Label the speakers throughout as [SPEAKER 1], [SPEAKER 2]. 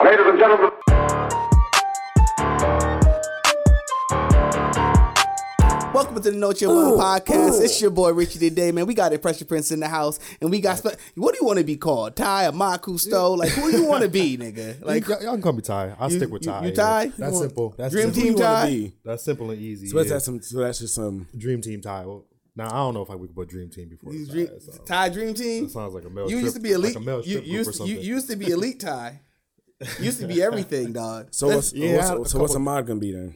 [SPEAKER 1] and gentlemen.
[SPEAKER 2] Welcome to the No Chill One podcast. It's your boy Richie today, man. We got Impression Prince in the house, and we got spe- what do you want to be called? Ty or Maku Stowe? Like who you want to be, nigga? Like
[SPEAKER 3] y'all, y'all can call me Ty. I'll stick with
[SPEAKER 2] you-
[SPEAKER 3] Ty.
[SPEAKER 2] you
[SPEAKER 3] yeah.
[SPEAKER 2] Ty?
[SPEAKER 3] That's
[SPEAKER 2] You
[SPEAKER 3] simple. That's
[SPEAKER 2] Dream
[SPEAKER 3] simple.
[SPEAKER 2] Team
[SPEAKER 4] you wanna
[SPEAKER 2] Ty?
[SPEAKER 4] be.
[SPEAKER 3] That's simple and easy.
[SPEAKER 4] So that's,
[SPEAKER 3] yeah.
[SPEAKER 4] that's some. So that's just some.
[SPEAKER 3] Dream Team Ty. Well, now I don't know if I we could put Dream Team before.
[SPEAKER 2] These
[SPEAKER 3] Ty,
[SPEAKER 2] dream,
[SPEAKER 3] so.
[SPEAKER 2] Ty Dream Team.
[SPEAKER 3] That sounds like a male
[SPEAKER 2] You
[SPEAKER 3] trip-
[SPEAKER 2] used to be elite.
[SPEAKER 3] Like a
[SPEAKER 2] you,
[SPEAKER 3] male strip group or
[SPEAKER 2] used,
[SPEAKER 3] something.
[SPEAKER 2] you used to be elite Ty. used to be everything, dog.
[SPEAKER 4] So
[SPEAKER 2] That's-
[SPEAKER 4] what's,
[SPEAKER 3] yeah,
[SPEAKER 4] what's-
[SPEAKER 3] a
[SPEAKER 4] so
[SPEAKER 3] couple-
[SPEAKER 4] what's a mod gonna be then?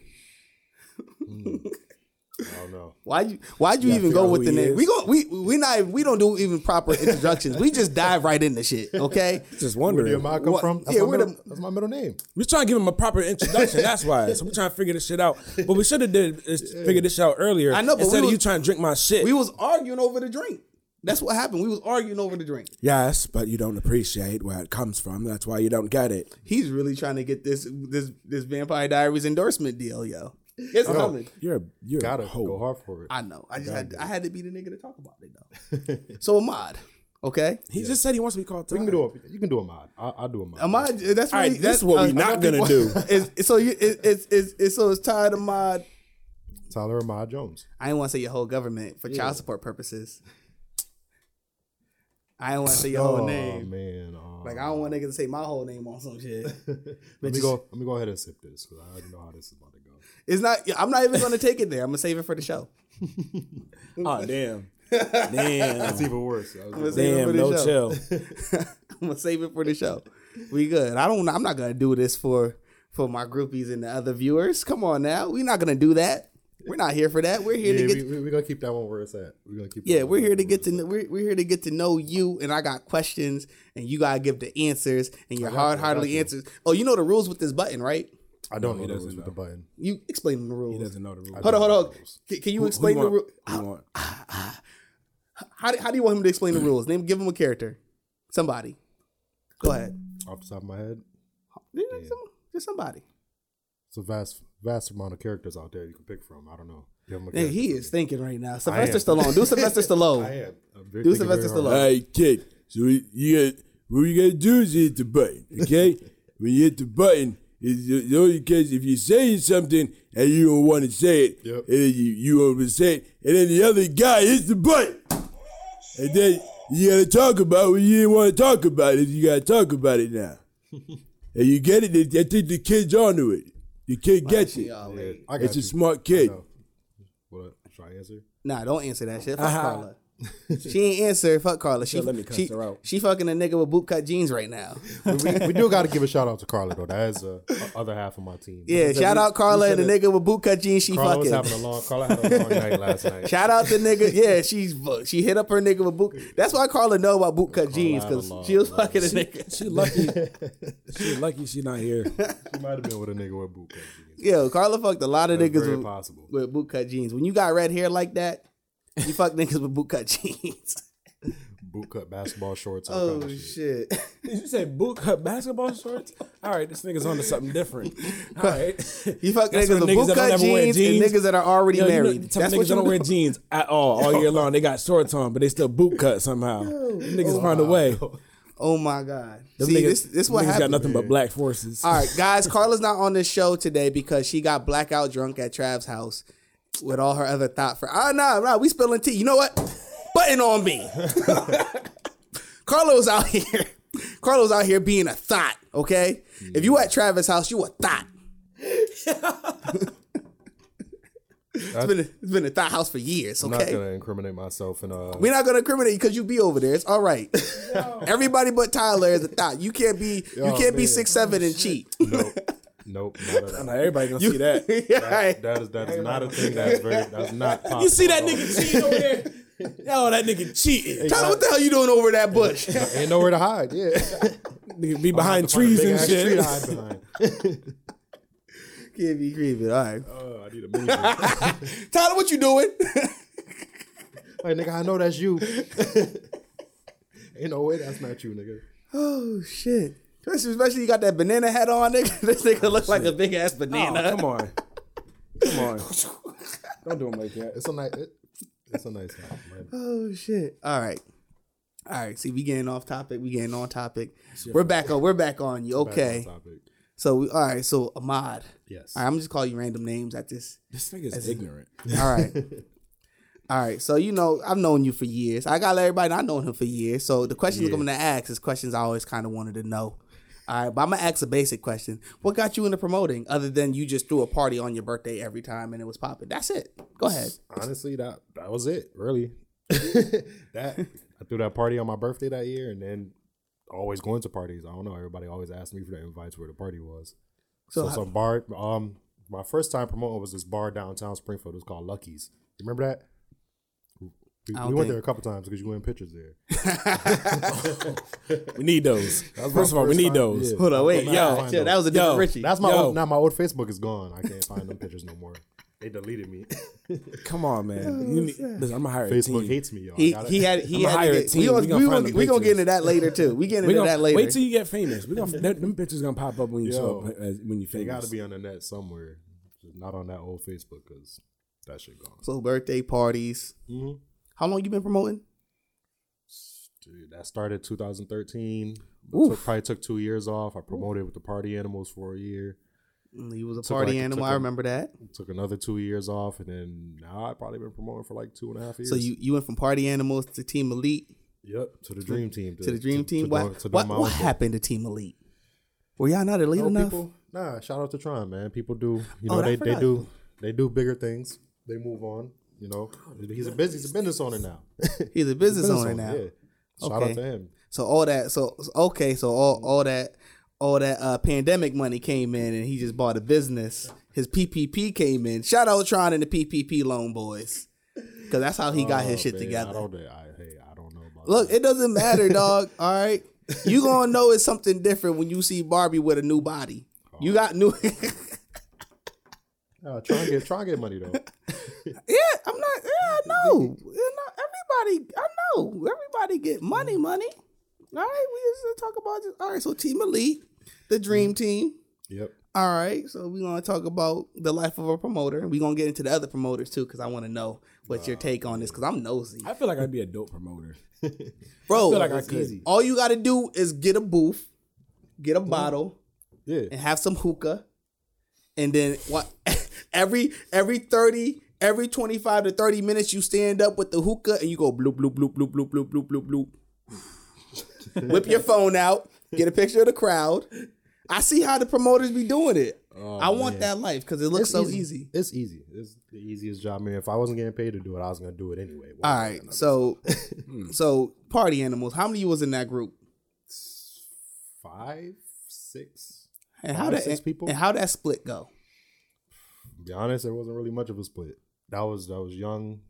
[SPEAKER 3] I don't know.
[SPEAKER 2] Why'd you why'd you
[SPEAKER 4] Yeah,
[SPEAKER 2] even
[SPEAKER 4] figure
[SPEAKER 2] go
[SPEAKER 4] out
[SPEAKER 2] with
[SPEAKER 4] who
[SPEAKER 2] the
[SPEAKER 4] he
[SPEAKER 2] name?
[SPEAKER 4] is.
[SPEAKER 2] We go we we not even, we don't do even proper introductions. we just dive right into shit. Okay.
[SPEAKER 4] Just
[SPEAKER 3] Where
[SPEAKER 4] wondering.
[SPEAKER 3] did I come
[SPEAKER 2] What-
[SPEAKER 3] from? That's,
[SPEAKER 2] yeah,
[SPEAKER 3] my
[SPEAKER 2] where
[SPEAKER 3] middle,
[SPEAKER 2] the-
[SPEAKER 3] that's my middle name.
[SPEAKER 4] We're trying to give him a proper introduction. That's why. So we're trying to figure this shit out. But we should have did is figure this out earlier.
[SPEAKER 2] I know, but
[SPEAKER 4] instead
[SPEAKER 2] we
[SPEAKER 4] of you
[SPEAKER 2] was-
[SPEAKER 4] trying to drink my shit.
[SPEAKER 2] We was arguing over the drink. That's what happened. We was arguing over the drink.
[SPEAKER 4] yes, but you don't appreciate where it comes from. That's why you don't get it.
[SPEAKER 2] He's really trying to get this this this Vampire Diaries endorsement deal, yo. It's
[SPEAKER 4] Oh.
[SPEAKER 2] coming.
[SPEAKER 4] You're a you're
[SPEAKER 3] Gotta
[SPEAKER 4] a hoe.
[SPEAKER 3] go hard for it.
[SPEAKER 2] I know. I just had I had to be the nigga to talk about it though. so Ahmad, okay,
[SPEAKER 4] He just said he wants to be called.
[SPEAKER 3] you can do a, you can do a mod. I, I'll do a mod.
[SPEAKER 2] Ahmad. That's
[SPEAKER 4] right,
[SPEAKER 2] right.
[SPEAKER 4] this is what we not gonna do.
[SPEAKER 2] uh, It's, so you it, it's, it's it's so it's tied Ahmad.
[SPEAKER 3] Tyler Ahmad Jones.
[SPEAKER 2] I didn't want to say your whole government for child support purposes. I didn't want to say your whole
[SPEAKER 3] oh
[SPEAKER 2] name.
[SPEAKER 3] man. Oh.
[SPEAKER 2] Like I don't want niggas to say my whole name on some shit.
[SPEAKER 3] let me go. Let me go ahead and sip this because I already know how this is about to go.
[SPEAKER 2] It's not. I'm not even gonna take it there. I'm gonna save it for the show.
[SPEAKER 4] Oh damn, damn,
[SPEAKER 3] It's even worse. I was like,
[SPEAKER 2] Damn,
[SPEAKER 4] damn.
[SPEAKER 2] no
[SPEAKER 4] No chill.
[SPEAKER 2] I'm gonna save it for the show. We good. I don't. I'm not gonna do this for for my groupies and the other viewers. Come on now. We're not gonna do that. We're not here for that. We're here
[SPEAKER 3] yeah,
[SPEAKER 2] to get.
[SPEAKER 3] we, we, we're gonna keep that one where it's at. We're gonna keep.
[SPEAKER 2] yeah,
[SPEAKER 3] that one
[SPEAKER 2] we're here to
[SPEAKER 3] where
[SPEAKER 2] get
[SPEAKER 3] it's
[SPEAKER 2] to.
[SPEAKER 3] at.
[SPEAKER 2] kn- We're, we're here to get to know you. And I got questions, and you gotta give the answers, and your hard heartedly answers. Oh, you know the rules with this button, right?
[SPEAKER 3] I don't know this with the button.
[SPEAKER 2] You explain the rules.
[SPEAKER 4] He doesn't know the rules.
[SPEAKER 2] Hold on, hold on. Can, can you explain the
[SPEAKER 4] want?
[SPEAKER 2] rules? How, do- how do you want him to explain the rules? Name, give him a character. Somebody. Go ahead.
[SPEAKER 3] Off the top of my head,
[SPEAKER 2] Yeah, some- Just somebody.
[SPEAKER 3] it's a vast, vast amount of characters out there you can pick from. I don't know. Give 'em a
[SPEAKER 2] Hey,
[SPEAKER 3] character.
[SPEAKER 2] he is thinking right now. Sylvester
[SPEAKER 3] am.
[SPEAKER 2] Stallone. Do Sylvester Stallone.
[SPEAKER 3] I am. I'm very-
[SPEAKER 2] Do
[SPEAKER 3] thinking
[SPEAKER 2] Sylvester
[SPEAKER 3] very
[SPEAKER 2] Stallone.
[SPEAKER 3] hard.
[SPEAKER 5] Hey, kid. So we, you got, what you gotta do is hit the button, okay? when you hit the button, it's ju- it's only because if you say something and you don't want to say it,
[SPEAKER 3] Yep.
[SPEAKER 5] and then you you over say it, and then the other guy hits the button, and then you gotta talk about what you didn't want to talk about. It you gotta talk about it now, and you get it. I think the kid's onto it. The kid gets it.
[SPEAKER 2] Y'all,
[SPEAKER 3] Yeah,
[SPEAKER 2] like,
[SPEAKER 3] uh, I got
[SPEAKER 5] It's a
[SPEAKER 3] you.
[SPEAKER 5] smart kid.
[SPEAKER 3] know. What? Should I answer?
[SPEAKER 2] Nah, don't answer that shit. Fuck Carla. She ain't answer. Fuck Carla. She,
[SPEAKER 4] Uh-huh. let me cuss
[SPEAKER 2] she,
[SPEAKER 4] her out.
[SPEAKER 2] she fucking a nigga with bootcut jeans right now.
[SPEAKER 3] we, we do got to give a shout out to Carla though. That is the other half of my team.
[SPEAKER 2] Yeah, shout out Carla and the nigga with bootcut jeans. She
[SPEAKER 3] Carla was having
[SPEAKER 2] fucking.
[SPEAKER 3] a long. Carla had a long night last night.
[SPEAKER 2] Shout out the nigga. Yeah, she's she hit up her nigga with boot. That's why Carla know about bootcut jeans
[SPEAKER 3] had a
[SPEAKER 2] because
[SPEAKER 3] long-
[SPEAKER 2] she was fucking a nigga.
[SPEAKER 4] She lucky. she lucky. She not here.
[SPEAKER 3] She might have been with a nigga with boot cut jeans.
[SPEAKER 2] Yo, Carla fucked a lot of
[SPEAKER 3] That's
[SPEAKER 2] niggas
[SPEAKER 3] very
[SPEAKER 2] with,
[SPEAKER 3] possible.
[SPEAKER 2] with bootcut jeans. When you got red hair like that, you fuck niggas with bootcut jeans.
[SPEAKER 3] Boot cut basketball shorts. all
[SPEAKER 2] oh
[SPEAKER 3] kind of shit.
[SPEAKER 2] shit!
[SPEAKER 4] Did you say boot cut basketball shorts? All right, this nigga's onto something different. All right.
[SPEAKER 2] You fuck
[SPEAKER 4] That's
[SPEAKER 2] niggas
[SPEAKER 4] for
[SPEAKER 2] with
[SPEAKER 4] niggas that don't
[SPEAKER 2] bootcut
[SPEAKER 4] ever wear
[SPEAKER 2] jeans, and
[SPEAKER 4] jeans.
[SPEAKER 2] niggas that are already
[SPEAKER 4] Yo, you know,
[SPEAKER 2] married.
[SPEAKER 4] the type of
[SPEAKER 2] That's what
[SPEAKER 4] niggas
[SPEAKER 2] you
[SPEAKER 4] that don't wear jeans at all all year long. They got shorts on, but they still boot cut somehow. Them niggas find a way.
[SPEAKER 2] Oh my god!
[SPEAKER 4] Them
[SPEAKER 2] See,
[SPEAKER 4] niggas,
[SPEAKER 2] this this
[SPEAKER 4] them
[SPEAKER 2] what
[SPEAKER 4] niggas
[SPEAKER 2] happened. Uh,
[SPEAKER 4] got nothing but black forces.
[SPEAKER 2] All right, guys, Carla's not on this show today because she got blackout drunk at Trav's house with all her other thought for. Ah, nah, nah, we spilling tea. You know what? Button on me. Carlos out here. Carlos out here being a thought. Okay, if you at Travis' house, you a thought. it's been a, it's been a thought house for years.
[SPEAKER 3] I'm
[SPEAKER 2] Okay,
[SPEAKER 3] not gonna incriminate myself and uh.
[SPEAKER 2] we're not gonna incriminate you because you be over there. It's all right. Everybody but Tyler is a thought. You can't be you
[SPEAKER 3] Oh,
[SPEAKER 2] can't be
[SPEAKER 3] man.
[SPEAKER 2] six seven and cheat.
[SPEAKER 3] nope. Nope. Not at all.
[SPEAKER 4] Now everybody gonna see that.
[SPEAKER 2] Yeah, right.
[SPEAKER 3] That is that is not a thing. That's very. That's not. Possible.
[SPEAKER 4] You see that nigga cheating over there? Yo, that nigga cheating.
[SPEAKER 2] Tyler, what the hell you doing over that bush?
[SPEAKER 3] Ain't nowhere to hide. Yeah.
[SPEAKER 4] Nigga be behind
[SPEAKER 3] Find a
[SPEAKER 4] trees
[SPEAKER 3] big
[SPEAKER 4] and
[SPEAKER 3] ass tree to
[SPEAKER 4] shit.
[SPEAKER 3] hide behind.
[SPEAKER 2] Can't be creepy. All right.
[SPEAKER 3] Oh, I need a mini.
[SPEAKER 2] Tyler, what you doing?
[SPEAKER 3] Like nigga, I know that's you. Ain't no way that's not you, nigga.
[SPEAKER 2] oh shit. Especially, especially you got that banana hat on, nigga. This nigga look like a big ass
[SPEAKER 4] Oh,
[SPEAKER 2] banana.
[SPEAKER 4] come on. Come on. Don't do him like that.
[SPEAKER 3] It's a nice. It, it's a nice hat. man.
[SPEAKER 2] Oh shit. All right. All right. See, we getting off topic. We getting on topic. We're back on. We're back on you.
[SPEAKER 3] Back on
[SPEAKER 2] Okay.
[SPEAKER 3] topic.
[SPEAKER 2] So we, all right, so Ahmad.
[SPEAKER 3] Yes.
[SPEAKER 2] All right, I'm just call you random names at this.
[SPEAKER 4] This nigga's is ignorant.
[SPEAKER 2] All right. All right, so you know I've known you for years. I got everybody know I've known him for years. So the questions I'm gonna ask is questions I always kind of wanted to know. All right, but I'm gonna ask a basic question: What got you into promoting, other than you just threw a party on your birthday every time and it was popping? That's it. Go ahead.
[SPEAKER 3] Honestly, that that was it. Really, that I threw that party on my birthday that year, and then always going to parties. I don't know. Everybody always asked me for the invites where the party was. So, some bar. Um, my first time promoting was this bar downtown Springfield. It was called Lucky's. You remember that? We,
[SPEAKER 2] don't
[SPEAKER 3] we went
[SPEAKER 2] think-
[SPEAKER 3] there a couple times because you were in pictures there.
[SPEAKER 4] We need those. First of all, we
[SPEAKER 3] first
[SPEAKER 4] need
[SPEAKER 3] time-
[SPEAKER 4] those.
[SPEAKER 3] yeah.
[SPEAKER 2] Hold on, wait,
[SPEAKER 3] Hold on, I
[SPEAKER 2] yo,
[SPEAKER 3] find
[SPEAKER 2] chill,
[SPEAKER 3] out.
[SPEAKER 2] that was a different
[SPEAKER 4] Yo,
[SPEAKER 2] Richie.
[SPEAKER 3] That's my
[SPEAKER 4] Yo.
[SPEAKER 3] old, now my old Facebook is gone. I can't find them pictures no more. They deleted me.
[SPEAKER 4] Come on, man. You need, listen, I'm gonna hire a
[SPEAKER 3] Facebook
[SPEAKER 4] team.
[SPEAKER 3] hates me, y'all.
[SPEAKER 2] He,
[SPEAKER 3] Gotta-
[SPEAKER 2] he had he
[SPEAKER 4] I'ma
[SPEAKER 2] had
[SPEAKER 4] hire
[SPEAKER 2] to
[SPEAKER 4] a
[SPEAKER 2] get,
[SPEAKER 4] team.
[SPEAKER 2] We gonna,
[SPEAKER 4] We
[SPEAKER 2] we
[SPEAKER 4] gonna
[SPEAKER 2] gonna,
[SPEAKER 4] find them
[SPEAKER 2] we gonna get
[SPEAKER 4] pictures.
[SPEAKER 2] into that later too. We getting
[SPEAKER 4] We
[SPEAKER 2] into
[SPEAKER 4] gonna,
[SPEAKER 2] that later.
[SPEAKER 4] Wait till you get famous. We gonna them, them pictures gonna pop up when you show
[SPEAKER 3] Yo.
[SPEAKER 4] up as, when you
[SPEAKER 3] They
[SPEAKER 4] famous.
[SPEAKER 3] got to be on the net somewhere. Just not on that old Facebook because that shit gone.
[SPEAKER 2] so birthday parties.
[SPEAKER 3] Mhm.
[SPEAKER 2] How long you been promoting?
[SPEAKER 3] Dude, that started 2013.
[SPEAKER 2] Oof.
[SPEAKER 3] Took, probably took two years off. I promoted with the Party Animals for a year.
[SPEAKER 2] Mm, He was a
[SPEAKER 3] Took
[SPEAKER 2] party
[SPEAKER 3] like-
[SPEAKER 2] animal.
[SPEAKER 3] took
[SPEAKER 2] I
[SPEAKER 3] a-
[SPEAKER 2] remember that.
[SPEAKER 3] Took another two years off, and then now I've probably been promoting for like two and a half years.
[SPEAKER 2] So you, you went from party animals to team elite
[SPEAKER 3] yep, to the Dream Team,
[SPEAKER 2] to the dream team.
[SPEAKER 3] to
[SPEAKER 2] what
[SPEAKER 3] doing- to
[SPEAKER 2] what,
[SPEAKER 3] doing my
[SPEAKER 2] what
[SPEAKER 3] own thing.
[SPEAKER 2] happened to team elite? Were y'all not elite
[SPEAKER 3] No,
[SPEAKER 2] enough?
[SPEAKER 3] people- nah, shout out to Tron, man. People do, you
[SPEAKER 2] Oh,
[SPEAKER 3] know,
[SPEAKER 2] and I
[SPEAKER 3] they, they
[SPEAKER 2] forgot.
[SPEAKER 3] do they do bigger things. They move on, you know. He's a busy, he's a business owner now.
[SPEAKER 2] He's a business owner now.
[SPEAKER 3] Yeah. Shout
[SPEAKER 2] Okay.
[SPEAKER 3] out to him.
[SPEAKER 2] So all that. So so- okay. So all
[SPEAKER 3] Mm-hmm.
[SPEAKER 2] all that all that uh, pandemic money came in, and he just bought a business. His PPP came in. Shout out Tron and the PPP loan boys, because that's how he got his
[SPEAKER 3] Oh,
[SPEAKER 2] shit
[SPEAKER 3] man, I
[SPEAKER 2] together.
[SPEAKER 3] don't, I, hey, I don't know about
[SPEAKER 2] Look, it doesn't matter, dog. All right, you gonna know it's something different when you see Barbie with a new body. You got new.
[SPEAKER 3] that. Uh, try and get try and get money though.
[SPEAKER 2] Yeah, I'm not. Yeah, I know. You know, everybody, I know. Everybody get money,
[SPEAKER 3] Mm-hmm.
[SPEAKER 2] money. All right, we just gonna talk about this. All right, so Team Elite, the Dream
[SPEAKER 3] Mm-hmm.
[SPEAKER 2] Team.
[SPEAKER 3] yep.
[SPEAKER 2] All right, so we're gonna talk about the life of a promoter. We're gonna get into the other promoters too, because I want to know what's your take on this. Because I'm nosy,
[SPEAKER 4] I feel like I'd be a dope promoter.
[SPEAKER 2] bro.
[SPEAKER 4] feel like I could. Easy.
[SPEAKER 2] All you gotta do is get a booth, get a bottle,
[SPEAKER 3] Yeah.
[SPEAKER 2] and have some hookah, and then what? every every thirty, every twenty five to thirty minutes, you stand up with the hookah and you go bloop bloop bloop bloop bloop bloop bloop bloop bloop. Whip your phone out, get a picture of the crowd. I see how the promoters be doing it.
[SPEAKER 3] Oh,
[SPEAKER 2] I want that life because it looks so easy.
[SPEAKER 3] It's easy. It's the easiest job. I mean, if I wasn't getting paid to do it, I was gonna do it anyway.
[SPEAKER 2] All right, so
[SPEAKER 3] Hmm.
[SPEAKER 2] so party animals. How many of you was in that group?
[SPEAKER 3] five, six.
[SPEAKER 2] And how
[SPEAKER 3] Five,
[SPEAKER 2] that
[SPEAKER 3] six people?
[SPEAKER 2] and how that split go?
[SPEAKER 3] To be honest, there wasn't really much of a split. That was that was young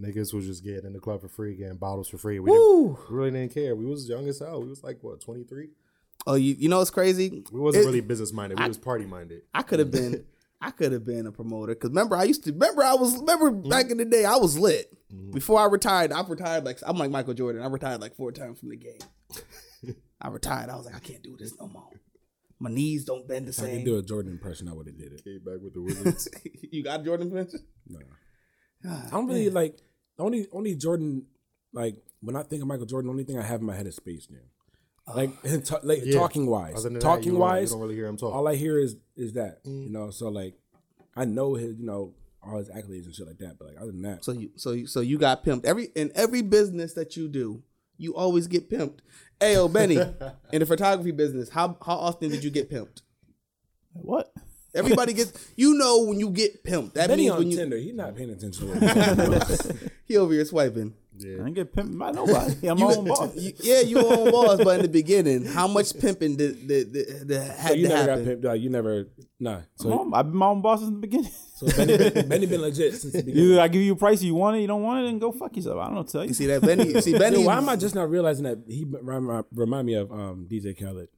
[SPEAKER 3] niggas was just getting in the club for free, getting bottles for free. We, didn't,
[SPEAKER 2] Woo!
[SPEAKER 3] we really didn't care. We was young as hell. We was like what twenty three.
[SPEAKER 2] Oh, you you know what's crazy?
[SPEAKER 3] We wasn't
[SPEAKER 2] It-
[SPEAKER 3] really business minded. We was party minded.
[SPEAKER 2] I could have been I could have been a promoter because remember I used to remember I was remember back in the day I was lit before I retired I retired like I'm like Michael Jordan I retired like four times from the game I retired I was like I can't do this no more my knees don't bend the
[SPEAKER 4] If I could
[SPEAKER 2] same
[SPEAKER 4] do a Jordan impression, I would have did it.
[SPEAKER 3] Came back with the wizards.
[SPEAKER 2] you got Jordan Benson
[SPEAKER 4] I don't really like the only only Jordan like when I think of Michael Jordan, the only thing I have in my head is Space Jam. Like, him ta- like
[SPEAKER 3] Yeah.
[SPEAKER 4] talking wise,
[SPEAKER 3] Other than that,
[SPEAKER 4] talking
[SPEAKER 3] you don't-
[SPEAKER 4] wise,
[SPEAKER 3] you don't really hear him talk.
[SPEAKER 4] all I hear is is that
[SPEAKER 3] Mm.
[SPEAKER 4] you know. So like, I know his you know all his accolades and shit like that. But like other than that,
[SPEAKER 2] so you so you so you got pimped every in every business that you do you always get pimped hey yo Benny in the photography business how how often did you get pimped
[SPEAKER 1] What?
[SPEAKER 2] everybody gets you know when you get pimped that
[SPEAKER 4] Benny
[SPEAKER 2] means
[SPEAKER 4] on
[SPEAKER 2] when you
[SPEAKER 4] Tinder, he's not paying attention. To what he's saying.
[SPEAKER 2] he over here swiping.
[SPEAKER 1] I didn't get pimped by nobody. Yeah, I'm my own boss.
[SPEAKER 2] You- yeah, you were on balls, but in the beginning, how much pimping did, did, did, did
[SPEAKER 4] So
[SPEAKER 2] had
[SPEAKER 4] you
[SPEAKER 2] to
[SPEAKER 4] never
[SPEAKER 2] happen?
[SPEAKER 4] got pimped. Like, you never nah.
[SPEAKER 1] I'm
[SPEAKER 3] Uh-huh.
[SPEAKER 4] So,
[SPEAKER 1] on- I've been my own boss since the beginning.
[SPEAKER 4] so Benny, been- Benny been legit since the beginning.
[SPEAKER 1] Either I give you a price, you want it, you don't want it, then go fuck yourself. I don't know what to tell you.
[SPEAKER 2] See that Benny? See Benny?
[SPEAKER 4] Dude, why am I just not realizing that he remind, remind me of um, DJ Khaled?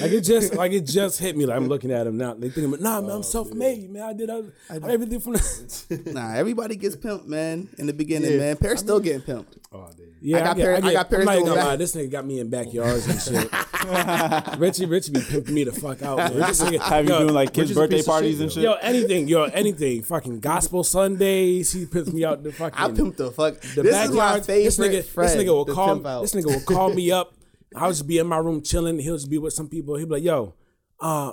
[SPEAKER 4] like it just like it just hit me. Like I'm looking at him now. They thinking, nah, man, I'm self made, man. I did other- I did everything from the
[SPEAKER 2] nah, everybody gets pimped, man. In the beginning, man, Paris still getting pimped.
[SPEAKER 3] oh, dude.
[SPEAKER 4] Yeah,
[SPEAKER 2] I got Perry- I got
[SPEAKER 4] I'm
[SPEAKER 2] Perry's
[SPEAKER 4] not
[SPEAKER 2] going
[SPEAKER 4] even gonna
[SPEAKER 2] back.
[SPEAKER 4] lie, this nigga got me in backyards and shit. Richie, Richie be pimping me the fuck out. Man. This nigga,
[SPEAKER 1] Have you
[SPEAKER 4] yo,
[SPEAKER 1] doing like kids'
[SPEAKER 3] is a
[SPEAKER 1] birthday
[SPEAKER 3] piece of
[SPEAKER 1] parties
[SPEAKER 3] shit,
[SPEAKER 1] and shit?
[SPEAKER 4] yo anything, yo anything, fucking gospel Sundays. He pimps me out the fucking.
[SPEAKER 2] I pimped the fuck.
[SPEAKER 4] the
[SPEAKER 2] this is my
[SPEAKER 4] backyard.
[SPEAKER 2] favorite
[SPEAKER 4] this nigga,
[SPEAKER 2] friend.
[SPEAKER 4] this nigga will
[SPEAKER 2] to
[SPEAKER 4] call.
[SPEAKER 2] pimp out.
[SPEAKER 4] This nigga will call me up. I'll just be in my room chilling. He'll just be with some people. He'll be like, "Yo, uh,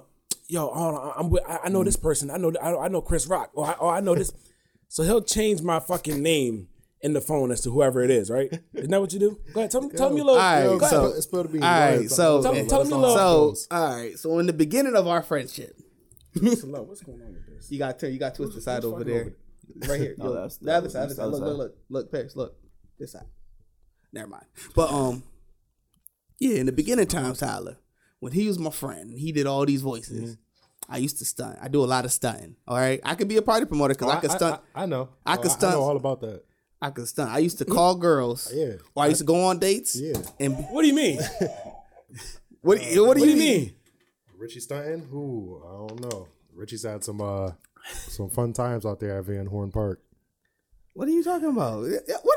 [SPEAKER 4] yo, hold on, I'm with, I, I know this
[SPEAKER 2] Mm.
[SPEAKER 4] person. I know, I, I know Chris Rock. Or I, or I know this." So he'll change my fucking name in the phone as to whoever it is. Right? Isn't that what you do? Go ahead, tell me, tell me a little.
[SPEAKER 2] All right,
[SPEAKER 4] go ahead.
[SPEAKER 2] so-
[SPEAKER 3] It's supposed to be.
[SPEAKER 2] All right, so
[SPEAKER 4] Tell me- tell me a little.
[SPEAKER 2] so all right, so in the beginning of our friendship,
[SPEAKER 4] Hello, what's going on with this?
[SPEAKER 2] you got turn, you got twisted side over there, right here.
[SPEAKER 1] No,
[SPEAKER 2] Look,
[SPEAKER 1] that's-
[SPEAKER 2] the other
[SPEAKER 1] that's
[SPEAKER 2] side.
[SPEAKER 1] the
[SPEAKER 2] This side.
[SPEAKER 1] other
[SPEAKER 2] Look, look,
[SPEAKER 1] side.
[SPEAKER 2] look, look, Paris, look, this side. Never mind. But um, yeah, in the beginning times, Tyler, when he was my friend, he did all these voices. I used to stunt. I do a lot of stunting. All right, I could be a party promoter because Oh, I, could stunt.
[SPEAKER 3] I, I know.
[SPEAKER 2] I could stunt.
[SPEAKER 3] I know all about that.
[SPEAKER 2] I could stunt. I used to call girls.
[SPEAKER 3] Yeah.
[SPEAKER 2] Or I used to go on dates.
[SPEAKER 3] Yeah.
[SPEAKER 2] And
[SPEAKER 4] What do you mean?
[SPEAKER 2] what? what do
[SPEAKER 4] What
[SPEAKER 2] you
[SPEAKER 4] do you
[SPEAKER 2] mean?
[SPEAKER 4] mean?
[SPEAKER 3] Richie Stunton? Who? I don't know. Richie's had some uh some fun times out there at Van Horn Park.
[SPEAKER 2] What are you talking about? What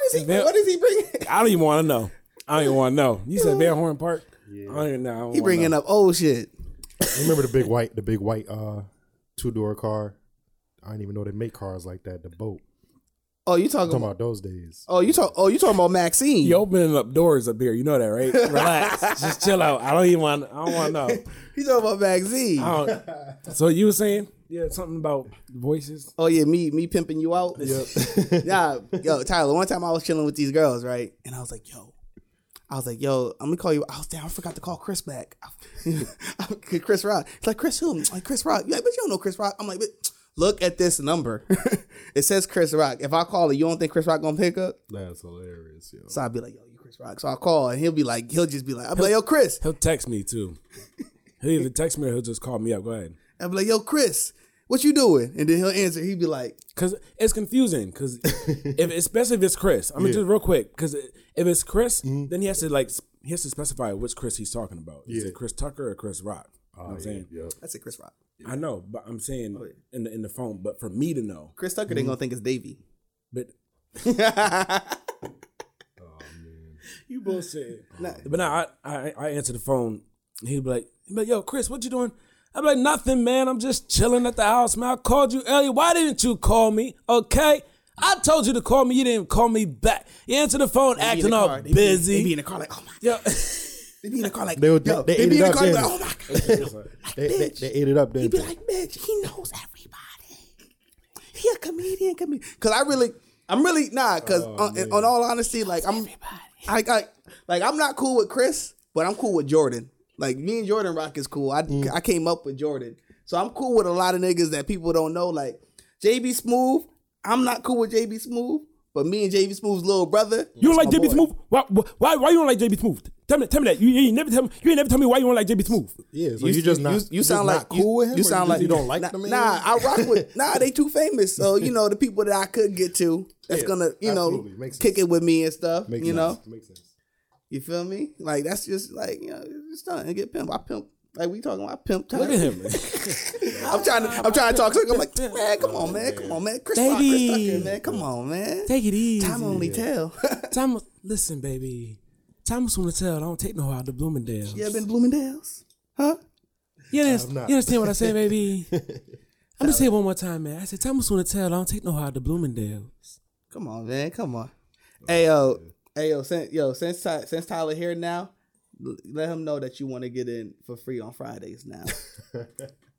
[SPEAKER 2] is he?
[SPEAKER 4] Van-
[SPEAKER 2] What is he bringing?
[SPEAKER 4] I don't even want to know. I don't even want to know. You said Van Horn Park. I don't even know. I don't
[SPEAKER 2] He
[SPEAKER 4] wanna
[SPEAKER 2] bringing
[SPEAKER 4] know.
[SPEAKER 2] up old shit.
[SPEAKER 3] You remember the big white, the big white uh two door car? I didn't even know they make cars like that. The boat.
[SPEAKER 2] Oh, you talking,
[SPEAKER 3] I'm talking
[SPEAKER 2] about?
[SPEAKER 3] about those days.
[SPEAKER 2] Oh, you talk. Oh, you talking about Maxine?
[SPEAKER 4] You opening up doors up here. You know that, right? Relax. Just chill out. I don't even want. I don't want to know.
[SPEAKER 2] You talking about Maxine?
[SPEAKER 4] I don't- so you were saying, yeah, something about voices.
[SPEAKER 2] Oh yeah, me me pimping you out. yeah, yo, Tyler. One time I was chilling with these girls, right, and I was like, yo, I was like, yo, I'm gonna call you. I was down. I forgot to call Chris back. Chris Rock. It's like Chris who? I'm like Chris Rock. you like, but you don't know Chris Rock. I'm like, but look at this number. it says Chris Rock. If I call it, you don't think Chris Rock gonna pick up?
[SPEAKER 3] That's hilarious. Yo.
[SPEAKER 2] So I'd be like, yo, you Chris Rock. So I call, and he'll be like, he'll just be like, I'll be like, yo, Chris.
[SPEAKER 4] He'll text me too. He'll either text me or he'll just call me up. Go ahead.
[SPEAKER 2] I'll be like, yo, Chris, what you doing? And then he'll answer. He'd be like,
[SPEAKER 4] Cause it's confusing. Cause if especially if it's Chris, I mean, just real quick. Cause if it's Chris, then he has to like he has to specify which Chris he's talking about. Is
[SPEAKER 3] Yeah.
[SPEAKER 4] it Chris Tucker or Chris Rock? You know what I'm saying.
[SPEAKER 3] Yep.
[SPEAKER 2] that's it, Chris Rock.
[SPEAKER 4] I know, but I'm saying in the in the phone. But for me to know,
[SPEAKER 2] Chris Tucker ain't gonna think it's Davey.
[SPEAKER 4] but you bullshit.
[SPEAKER 2] Nah.
[SPEAKER 4] But now I, I I answer the phone. and He'd be like, he'd be like, yo, Chris, what you doing? I'm like, nothing, man. I'm just chilling at the house, man. I called you earlier. Why didn't you call me? Okay. I told you to call me. You didn't call me back. You answered the phone
[SPEAKER 2] They be in
[SPEAKER 4] acting
[SPEAKER 2] the
[SPEAKER 4] all
[SPEAKER 2] car. They be- They be
[SPEAKER 4] busy.
[SPEAKER 2] in the car like, oh my.
[SPEAKER 4] Yo,
[SPEAKER 2] They be in the car like,
[SPEAKER 3] They would-
[SPEAKER 2] yo,
[SPEAKER 3] they-
[SPEAKER 2] they,
[SPEAKER 3] they
[SPEAKER 2] be
[SPEAKER 3] ate
[SPEAKER 2] in
[SPEAKER 3] it
[SPEAKER 2] the car like,
[SPEAKER 3] up,
[SPEAKER 2] oh my god, like,
[SPEAKER 3] They, they,
[SPEAKER 2] bitch.
[SPEAKER 3] they ate it up
[SPEAKER 2] he
[SPEAKER 3] then.
[SPEAKER 2] be like, bitch, he knows everybody. He a comedian, comedian. Cause I really, I'm really nah. Cause on, in- on all honesty, like I'm, I, I, like I'm not cool with Chris, but I'm cool with Jordan. Like me and Jordan Rock is cool. I I came up with Jordan, so I'm cool with a lot of niggas that people don't know. Like JB Smooth, I'm not cool with JB Smooth, but me and JB Smooth's little brother,
[SPEAKER 4] you don't like
[SPEAKER 2] my
[SPEAKER 4] JB
[SPEAKER 2] boy.
[SPEAKER 4] Smooth? Why, why why you don't like JB Smooth? Tell me tell me that. You, you ain't never tell me you ain't never tell me why you don't like JB Smooth.
[SPEAKER 3] yeah, so you, just not.
[SPEAKER 2] you, sound like
[SPEAKER 3] just not cool
[SPEAKER 2] you,
[SPEAKER 3] with him.
[SPEAKER 2] You
[SPEAKER 3] or
[SPEAKER 2] sound
[SPEAKER 3] just-
[SPEAKER 2] like
[SPEAKER 3] you don't like
[SPEAKER 2] nah,
[SPEAKER 3] them.
[SPEAKER 2] Nah, I rock with nah. They too famous, so you know the people that I could get to that's
[SPEAKER 3] Yeah,
[SPEAKER 2] gonna you know
[SPEAKER 3] absolutely. Makes
[SPEAKER 2] kick it with me and stuff. you know,
[SPEAKER 3] Makes sense.
[SPEAKER 2] you feel me? Like that's just like you know, it's done. Get pimp. I pimp. Like we talking about pimp time.
[SPEAKER 4] Look at him. man.
[SPEAKER 2] I'm trying to. I'm trying to talk. I'm like, man, come on, man, come on, man. Chris Rock, Chris
[SPEAKER 4] Baby.
[SPEAKER 2] Tucker, man, come on, man.
[SPEAKER 4] Take it easy.
[SPEAKER 2] Time only tell.
[SPEAKER 4] Time listen, baby. Time is when to tell. I don't take no out the Bloomingdale.
[SPEAKER 2] you ever been to Bloomingdale's? Huh?
[SPEAKER 4] You understand, you understand what I say, baby? I'm just say it one more time, man. I said, tell me soon to tell. I don't take no hard to Bloomingdale.
[SPEAKER 2] Come on, man. Come on.
[SPEAKER 4] Oh,
[SPEAKER 2] Hey yo, hey yo, since yo since Ty, since Tyler here now, l- let him know that you want to get in for free on Fridays now.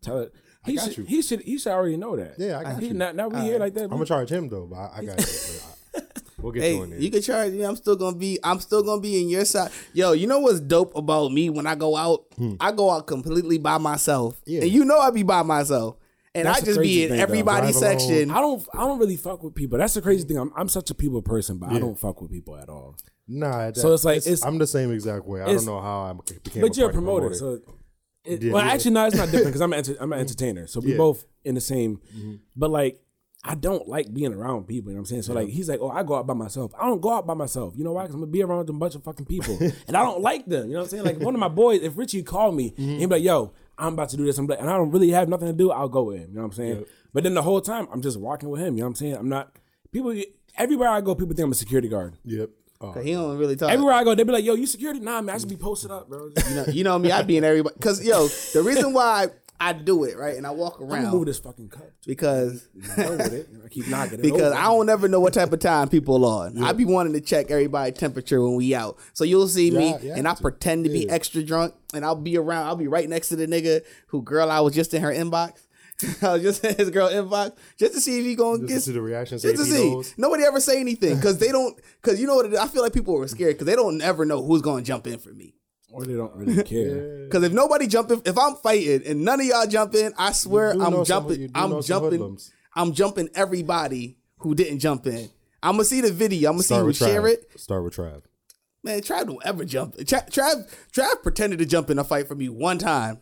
[SPEAKER 4] Tell it. He
[SPEAKER 3] got
[SPEAKER 4] should,
[SPEAKER 3] you.
[SPEAKER 4] he should he should already know that.
[SPEAKER 3] Yeah, I got
[SPEAKER 4] he,
[SPEAKER 3] you.
[SPEAKER 4] Now, now we here like that.
[SPEAKER 3] I'm gonna charge him though, but I, I got you. We'll get you in
[SPEAKER 2] hey,
[SPEAKER 3] there.
[SPEAKER 2] you can charge me. I'm still gonna be. I'm still gonna be in your side. Yo, you know what's dope about me when I go out?
[SPEAKER 4] Hmm.
[SPEAKER 2] I go out completely by myself,
[SPEAKER 3] Yeah.
[SPEAKER 2] and you know I be by myself, and
[SPEAKER 4] That's
[SPEAKER 2] I
[SPEAKER 4] the
[SPEAKER 2] just
[SPEAKER 4] crazy
[SPEAKER 2] be in
[SPEAKER 4] thing, though.
[SPEAKER 2] everybody's
[SPEAKER 3] Drive alone.
[SPEAKER 2] section.
[SPEAKER 4] I don't I don't really fuck with people. That's the crazy thing. I'm, I'm such a people person, but I don't fuck with people at all.
[SPEAKER 3] Nah, that,
[SPEAKER 4] So it's like, it's-
[SPEAKER 3] I'm the same exact way. I
[SPEAKER 4] it's-
[SPEAKER 3] don't know how I became.
[SPEAKER 4] But you're a
[SPEAKER 3] party
[SPEAKER 4] promoter, so it,
[SPEAKER 3] Yeah,
[SPEAKER 4] well,
[SPEAKER 3] yeah.
[SPEAKER 4] actually, no, it's not different because I'm an enter, I'm an entertainer, so we
[SPEAKER 3] Yeah. Mm-hmm.
[SPEAKER 4] both in the same. But like, I don't like being around people. You know what I'm saying? So like, he's like, oh, I go out by myself. I don't go out by myself. You know why? Because I'm gonna be around a bunch of fucking people, and I don't like them. You know what I'm saying? Like one of my boys, if Richie called me,
[SPEAKER 3] Mm-hmm.
[SPEAKER 4] he'd be like, yo, I'm about to do this. I'm like, and I don't really have nothing to do. I'll go with him. You know what I'm saying? But then the whole time, I'm just rocking with him. You know what I'm saying? I'm not people. Everywhere I go, people think I'm a security guard.
[SPEAKER 3] Yep. Oh,
[SPEAKER 2] He don't really talk.
[SPEAKER 4] Everywhere I go, they be like, "Yo, you security? Nah, man, I should be posted up, bro."
[SPEAKER 2] You know me, I be in everybody. Cause yo, the reason why I do it right, and I walk
[SPEAKER 4] I'm gonna move
[SPEAKER 2] around
[SPEAKER 4] this fucking cup.
[SPEAKER 2] because
[SPEAKER 4] Go with it. I keep knocking it
[SPEAKER 2] because
[SPEAKER 4] over.
[SPEAKER 2] I don't ever know what type of time people on. I be wanting to check everybody's temperature when we out. So you'll see me
[SPEAKER 3] Yeah, yeah,
[SPEAKER 2] and I pretend to be extra drunk and I'll be around. I'll be right next to the nigga who girl I was just in her inbox. I was just in his girl inbox just to see if he gonna
[SPEAKER 3] Just
[SPEAKER 2] get
[SPEAKER 3] to see the reaction, see
[SPEAKER 2] Just to
[SPEAKER 3] if he
[SPEAKER 2] see.
[SPEAKER 3] knows.
[SPEAKER 2] Nobody ever say anything because they don't. Because you know what? It is? I feel like people were scared because they don't ever know who's gonna jump in for me.
[SPEAKER 4] or they don't really care.
[SPEAKER 2] Because if nobody jump in, if I'm fighting and none of y'all jump in, I swear
[SPEAKER 3] do
[SPEAKER 2] I'm
[SPEAKER 3] know some-
[SPEAKER 2] jumping.
[SPEAKER 3] you do know
[SPEAKER 2] I'm
[SPEAKER 3] some
[SPEAKER 2] jumping.
[SPEAKER 3] hoodlums.
[SPEAKER 2] I'm jumping everybody who didn't jump in. I'm gonna see the video. I'm gonna see
[SPEAKER 3] Start
[SPEAKER 2] who
[SPEAKER 3] with
[SPEAKER 2] share
[SPEAKER 3] Trav.
[SPEAKER 2] it.
[SPEAKER 3] Start with Trav.
[SPEAKER 2] Man, Trav don't ever jump. Tra- Trav, Trav pretended to jump in a fight for me one time.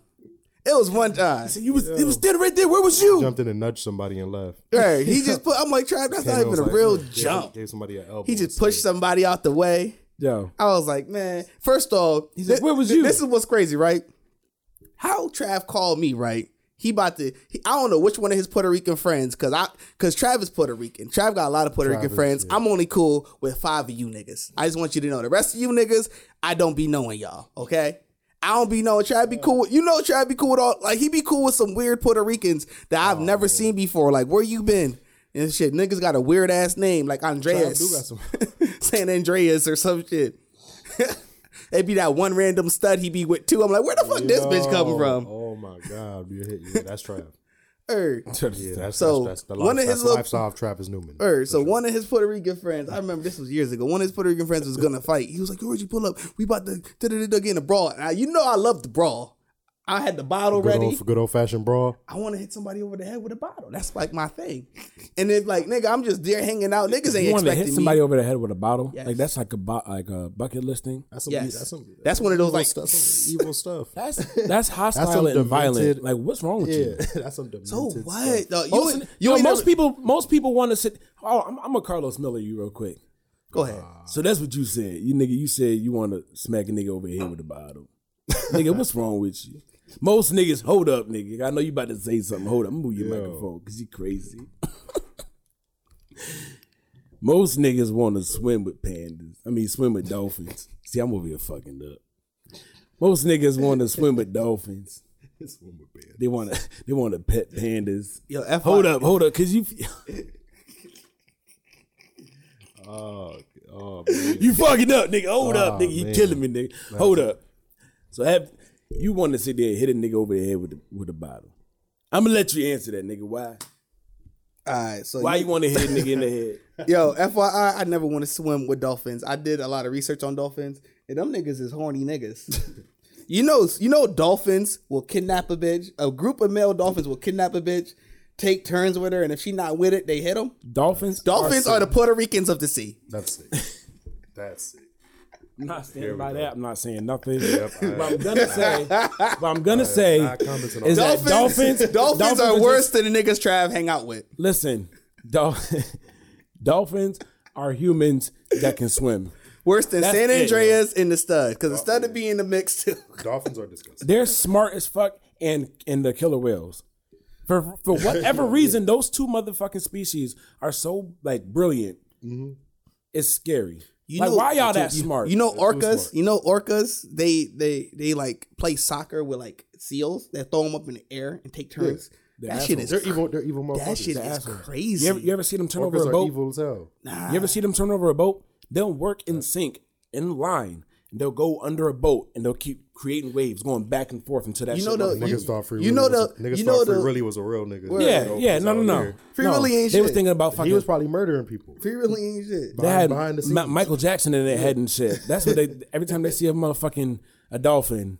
[SPEAKER 2] It was one time.
[SPEAKER 4] You was it was dead right there. Where was you?
[SPEAKER 3] Jumped in and nudged somebody and left.
[SPEAKER 2] Right? He just put. I'm like Trav. That's not
[SPEAKER 3] Came
[SPEAKER 2] even
[SPEAKER 3] in,
[SPEAKER 2] a
[SPEAKER 3] was like,
[SPEAKER 2] real
[SPEAKER 3] gave-
[SPEAKER 2] jump.
[SPEAKER 3] Gave somebody an elbow.
[SPEAKER 2] He just
[SPEAKER 3] and
[SPEAKER 2] pushed
[SPEAKER 3] said,
[SPEAKER 2] somebody out the way.
[SPEAKER 4] Yo,
[SPEAKER 2] I was like, man. First off, he's
[SPEAKER 4] like, "Where was you?"
[SPEAKER 2] This is what's crazy, right? How Trav called me, right? He about to. He, I don't know which one of his Puerto Rican friends, cause I, cause Trav is Puerto Rican. Trav got a lot of Puerto Rican friends. I'm only cool with five of you niggas. I just want you to know the rest of you niggas, I don't be knowing y'all. Okay. I don't be knowing Trav be cool. With, you know Trav be cool with all like he be cool with some weird Puerto Ricans that I've never seen before. Like where you been and shit. Niggas got a weird ass name like Andreas.
[SPEAKER 3] do got some-
[SPEAKER 2] San Andreas or some shit. It'd be that one random stud he be with too. I'm like, where the fuck this bitch coming
[SPEAKER 3] "Oh,
[SPEAKER 2] from?
[SPEAKER 3] Oh my god, you hit you. That's Trav.
[SPEAKER 2] Er,
[SPEAKER 3] Yeah, that's
[SPEAKER 2] So,
[SPEAKER 3] that's, that's the
[SPEAKER 2] one of
[SPEAKER 3] life,
[SPEAKER 2] his
[SPEAKER 3] that's
[SPEAKER 2] little-
[SPEAKER 3] lifestyle of Travis Newman.
[SPEAKER 2] er. So one of his Puerto Rican friends, I remember this was years ago. One of his Puerto Rican friends was gonna fight. He was like, George, you pull up. We about to da da da get in a brawl. And I, you know, I love the brawl. I had the bottle
[SPEAKER 3] good
[SPEAKER 2] ready.
[SPEAKER 3] old, good old fashioned brawl.
[SPEAKER 2] I want to hit somebody over the head with a bottle. That's like my thing. And it's like, nigga, I'm just there hanging out. Niggas ain't
[SPEAKER 4] you want to
[SPEAKER 2] expecting
[SPEAKER 4] hit somebody
[SPEAKER 2] me.
[SPEAKER 4] over the head with a bottle?
[SPEAKER 2] Yes.
[SPEAKER 4] Like that's like a bo- like a bucket listing.
[SPEAKER 3] That's some,
[SPEAKER 2] Yes.
[SPEAKER 3] that's some,
[SPEAKER 2] That's one of those
[SPEAKER 3] evil
[SPEAKER 2] like-
[SPEAKER 3] stuff, that's some evil stuff.
[SPEAKER 4] That's that's hostile
[SPEAKER 3] some
[SPEAKER 4] and violent.
[SPEAKER 3] demented-
[SPEAKER 4] Like what's wrong with
[SPEAKER 3] yeah,
[SPEAKER 4] you?
[SPEAKER 3] that's some demented
[SPEAKER 2] So
[SPEAKER 3] Stuff.
[SPEAKER 2] what? Dog, you
[SPEAKER 4] Most,
[SPEAKER 2] ain't- you
[SPEAKER 4] yo,
[SPEAKER 2] ain't
[SPEAKER 4] most
[SPEAKER 2] never-
[SPEAKER 4] people most people want to sit. Oh, I'm, I'm a Carlos Miller. You real quick.
[SPEAKER 2] Go ahead.
[SPEAKER 4] So that's what you said, you nigga. You said you want to smack a nigga over the head with a bottle. nigga, what's wrong with you? Most niggas, hold up, nigga. I know you about to say something. Hold up, move your microphone, cause you crazy. Most niggas want to swim with pandas. I mean, swim with dolphins. See, I'm over here fucking up. Most niggas want to swim with dolphins.
[SPEAKER 3] This one would be it.
[SPEAKER 4] They want to. They want to pet pandas.
[SPEAKER 2] Yo, F-
[SPEAKER 4] Hold up, hold up, cause you
[SPEAKER 3] Oh, oh man.
[SPEAKER 4] you fucking up, nigga. Hold
[SPEAKER 3] Aw,
[SPEAKER 4] up, nigga. You
[SPEAKER 3] man.
[SPEAKER 4] killing me, nigga. Hold up. So have you want to sit there and hit a nigga over the head with the, with a bottle? I'm gonna let you answer that, nigga. Why?
[SPEAKER 2] All right. So
[SPEAKER 4] Why you want to hit a nigga in the head?
[SPEAKER 2] Yo, FYI, I never want to swim with dolphins. I did a lot of research on dolphins, and them niggas is horny niggas. you know, you know, dolphins will kidnap a bitch. A group of male dolphins will kidnap a bitch, take turns with her, and if she not with it, they hit them.
[SPEAKER 4] Dolphins.
[SPEAKER 2] Dolphins are the Puerto Ricans of the sea.
[SPEAKER 3] That's it. That's it.
[SPEAKER 4] I'm not standing by that. I'm not saying nothing.
[SPEAKER 3] I-
[SPEAKER 4] But I'm gonna say. But I'm gonna say.
[SPEAKER 3] not commenting on
[SPEAKER 4] Is
[SPEAKER 3] that.
[SPEAKER 4] that dolphins?
[SPEAKER 2] dolphins, dolphins are
[SPEAKER 4] just-
[SPEAKER 2] worse than the niggas Trav hang out with.
[SPEAKER 4] listen, dol- dolphins are humans that can swim.
[SPEAKER 2] Worse than
[SPEAKER 4] That's
[SPEAKER 2] San
[SPEAKER 4] it, yo.
[SPEAKER 2] Andreas and the stud, because the stud would be in the mix too.
[SPEAKER 3] Dolphins are disgusting.
[SPEAKER 4] they're smart as fuck and and the killer whales. For for whatever reason, those two motherfucking species are so like brilliant. It's scary. like why y'all that
[SPEAKER 2] Mm-hmm. you-
[SPEAKER 4] smart?
[SPEAKER 2] You know orcas. You know orcas. They they they like play soccer with like seals. They throw them up in the air and take turns. That shit is
[SPEAKER 3] They're evil. They're evil motherfuckers.
[SPEAKER 2] that shit is crazy.
[SPEAKER 4] you ever, you ever see them turn
[SPEAKER 3] Orcas
[SPEAKER 4] over a
[SPEAKER 3] are
[SPEAKER 4] boat?
[SPEAKER 3] evil as hell.
[SPEAKER 4] You ever see them turn over a boat? They'll work in sync in line. And they'll go under a boat and they'll keep creating waves, going back and forth until that.
[SPEAKER 2] You
[SPEAKER 4] shit
[SPEAKER 2] know the-
[SPEAKER 4] works.
[SPEAKER 2] You-
[SPEAKER 3] Niggas thought free.
[SPEAKER 2] you know
[SPEAKER 3] Willy was-
[SPEAKER 2] the-
[SPEAKER 3] niggas
[SPEAKER 2] you know
[SPEAKER 3] thought free
[SPEAKER 2] the-
[SPEAKER 3] really was a real nigga.
[SPEAKER 4] yeah,
[SPEAKER 3] Orcas
[SPEAKER 4] yeah, no,
[SPEAKER 3] out
[SPEAKER 4] no, no.
[SPEAKER 3] here.
[SPEAKER 2] Free
[SPEAKER 4] no.
[SPEAKER 2] Willy ain't
[SPEAKER 4] They was
[SPEAKER 2] shit.
[SPEAKER 4] thinking about fucking.
[SPEAKER 3] He was probably murdering people.
[SPEAKER 2] Free really ain't shit.
[SPEAKER 4] They had
[SPEAKER 3] behind the scenes.
[SPEAKER 4] Ma- Michael Jackson in their head and shit. That's what they every time they see a motherfucking a dolphin,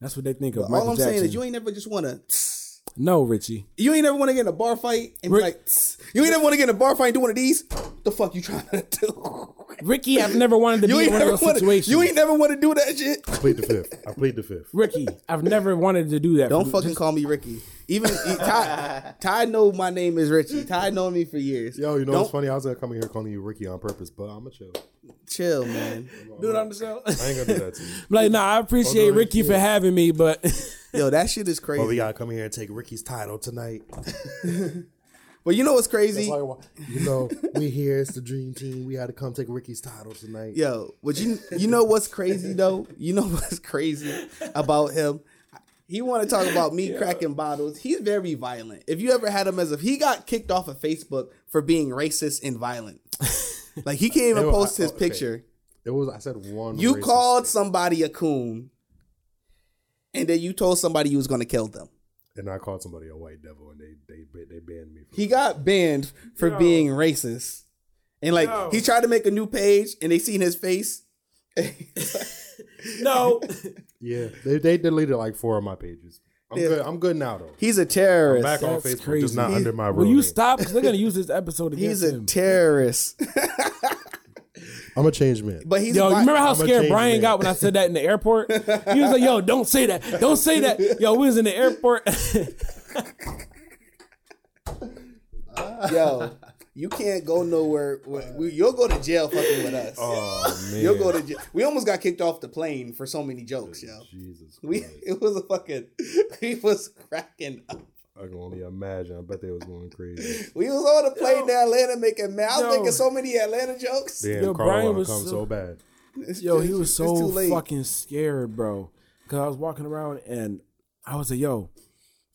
[SPEAKER 4] that's what they think of. Michael
[SPEAKER 2] All I'm
[SPEAKER 4] Jackson.
[SPEAKER 2] saying is you ain't never just wanna.
[SPEAKER 4] no, Richie.
[SPEAKER 2] You ain't never wanna get in a bar fight and be
[SPEAKER 4] Rick-
[SPEAKER 2] like. You ain't never wanna get in a bar fight and do one of these. The fuck you trying to do?
[SPEAKER 4] Ricky, I've never wanted to
[SPEAKER 2] You
[SPEAKER 4] be in
[SPEAKER 2] ain't
[SPEAKER 4] one of
[SPEAKER 2] never
[SPEAKER 4] those
[SPEAKER 2] wanna.
[SPEAKER 4] situations.
[SPEAKER 2] You ain't never wanna do that shit.
[SPEAKER 3] I plead the fifth. I plead the fifth.
[SPEAKER 4] Ricky, I've never wanted to do that.
[SPEAKER 2] Don't
[SPEAKER 4] from-
[SPEAKER 2] fucking call me Ricky. Even e, Ty, Ty know my name is Richie. Ty known me for years.
[SPEAKER 3] Yo, you know
[SPEAKER 2] Don't
[SPEAKER 3] what's funny? I was gonna come in here calling you Ricky on purpose, but I'ma chill.
[SPEAKER 2] chill, man.
[SPEAKER 4] do it on the show.
[SPEAKER 3] I ain't gonna do that to you.
[SPEAKER 4] like, nah, I
[SPEAKER 2] Oh,
[SPEAKER 4] appreciate
[SPEAKER 3] Although,
[SPEAKER 4] Ricky for having me, but
[SPEAKER 2] Yo, that shit is
[SPEAKER 3] But we
[SPEAKER 2] crazy.
[SPEAKER 3] gotta come here and take Ricky's title tonight.
[SPEAKER 2] But you know what's crazy?
[SPEAKER 3] you know, we here. It's the dream team. We had to come take Ricky's title tonight.
[SPEAKER 2] Yo, but you you know what's crazy though? You know what's crazy about him? He want to talk about me cracking bottles. He's very violent. If you ever had him as if he got kicked off of Facebook for being racist and violent, like he can't even
[SPEAKER 3] Yo, I-
[SPEAKER 2] post his
[SPEAKER 3] oh, okay.
[SPEAKER 2] picture.
[SPEAKER 3] It was I said one.
[SPEAKER 2] You
[SPEAKER 3] racist-
[SPEAKER 2] called somebody a coon, and then you told somebody you was gonna kill them.
[SPEAKER 3] and I called somebody a white devil, and they they they banned me.
[SPEAKER 2] He got banned for
[SPEAKER 1] Yo.
[SPEAKER 2] being racist, and like
[SPEAKER 1] Yo.
[SPEAKER 2] he tried to make a new page, and they seen his face.
[SPEAKER 4] No.
[SPEAKER 3] Yeah, they they deleted like four of my pages. I'm
[SPEAKER 2] Yeah.
[SPEAKER 3] good. I'm good now though.
[SPEAKER 2] He's a terrorist.
[SPEAKER 3] I'm back on
[SPEAKER 4] That's
[SPEAKER 3] Facebook, just not
[SPEAKER 2] crazy.
[SPEAKER 3] under my real
[SPEAKER 4] Will you
[SPEAKER 3] name.
[SPEAKER 4] stop? Because they're gonna use this episode against
[SPEAKER 2] He's a
[SPEAKER 4] him.
[SPEAKER 2] terrorist,
[SPEAKER 3] I'm a changed man.
[SPEAKER 2] but he's
[SPEAKER 4] Yo, you
[SPEAKER 2] vi-
[SPEAKER 4] remember how
[SPEAKER 3] I'ma
[SPEAKER 4] scared
[SPEAKER 3] change
[SPEAKER 4] Brian
[SPEAKER 3] that.
[SPEAKER 4] got when I said that in the airport? He was like, "Yo, don't say that. Don't say that." Yo, we was in the airport.
[SPEAKER 2] Yo, you can't go nowhere. with- we- You'll go to jail fucking with us.
[SPEAKER 3] oh man,
[SPEAKER 2] You'll go to jail. We almost got kicked off the plane for so many jokes, yo.
[SPEAKER 3] Jesus.
[SPEAKER 2] We
[SPEAKER 3] Christ.
[SPEAKER 2] it was a fucking we was cracking up.
[SPEAKER 3] I can only imagine. I bet they was going crazy.
[SPEAKER 2] We was on the plane to Atlanta making man. I was
[SPEAKER 4] Yo.
[SPEAKER 2] making so many Atlanta jokes.
[SPEAKER 3] Damn,
[SPEAKER 4] Yo,
[SPEAKER 3] Carl
[SPEAKER 4] Brian
[SPEAKER 3] wanna
[SPEAKER 4] was
[SPEAKER 3] come
[SPEAKER 4] so-
[SPEAKER 3] so, bad.
[SPEAKER 2] It's
[SPEAKER 4] Yo, he
[SPEAKER 2] just-
[SPEAKER 4] was
[SPEAKER 2] it's too
[SPEAKER 4] so
[SPEAKER 2] late.
[SPEAKER 4] fucking scared, bro. Cause I was walking around and I was like, "Yo,"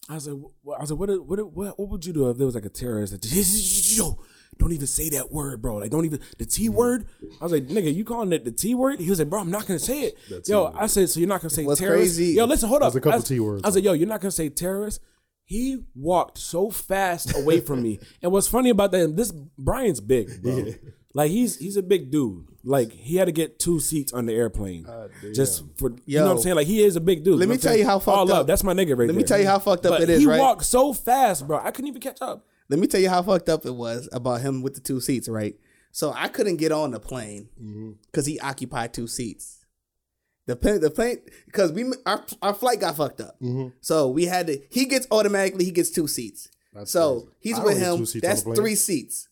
[SPEAKER 4] I was like, wh- "I was like, what, what, what, what would you do if there was like a terrorist?" That, yo, don't even say that word, bro. Like, don't even the T word. I was like, "Nigga, you calling it the T word?" He was like, "Bro, I'm not gonna say it." yo, I said, "So you're not gonna say
[SPEAKER 2] What's
[SPEAKER 4] terrorist?"
[SPEAKER 2] crazy-
[SPEAKER 4] Yo, listen, hold up.
[SPEAKER 3] There's a couple
[SPEAKER 4] I was-
[SPEAKER 3] T words.
[SPEAKER 4] I was like, "Yo, you're not gonna say terrorist." He walked so fast away from me. And what's funny about that, this Brian's big, bro. Like he's he's a big dude. Like he had to get two seats on the airplane just for you know what
[SPEAKER 2] Ah,
[SPEAKER 4] I'm
[SPEAKER 2] Yo.
[SPEAKER 4] saying. Like he is a big dude.
[SPEAKER 2] Let me
[SPEAKER 4] you know what I'm
[SPEAKER 2] tell you
[SPEAKER 4] saying?
[SPEAKER 2] how fucked
[SPEAKER 4] All
[SPEAKER 2] up.
[SPEAKER 4] That's my nigga right there.
[SPEAKER 2] Let me tell you how fucked up
[SPEAKER 4] But
[SPEAKER 2] it is,
[SPEAKER 4] He
[SPEAKER 2] right?
[SPEAKER 4] walked so fast, bro. I couldn't even catch up.
[SPEAKER 2] Let me tell you how fucked up it was about him with the two seats, right? So I couldn't get on the plane
[SPEAKER 3] Mm-hmm.
[SPEAKER 2] because he occupied two seats. The plane, the plane, because we our, our flight got fucked up,
[SPEAKER 3] Mm-hmm.
[SPEAKER 2] so we had to. He gets automatically he gets two seats. so
[SPEAKER 3] crazy.
[SPEAKER 2] he's
[SPEAKER 3] I
[SPEAKER 2] with him.
[SPEAKER 3] don't get two seats on
[SPEAKER 2] That's
[SPEAKER 3] the plane.
[SPEAKER 2] three seats.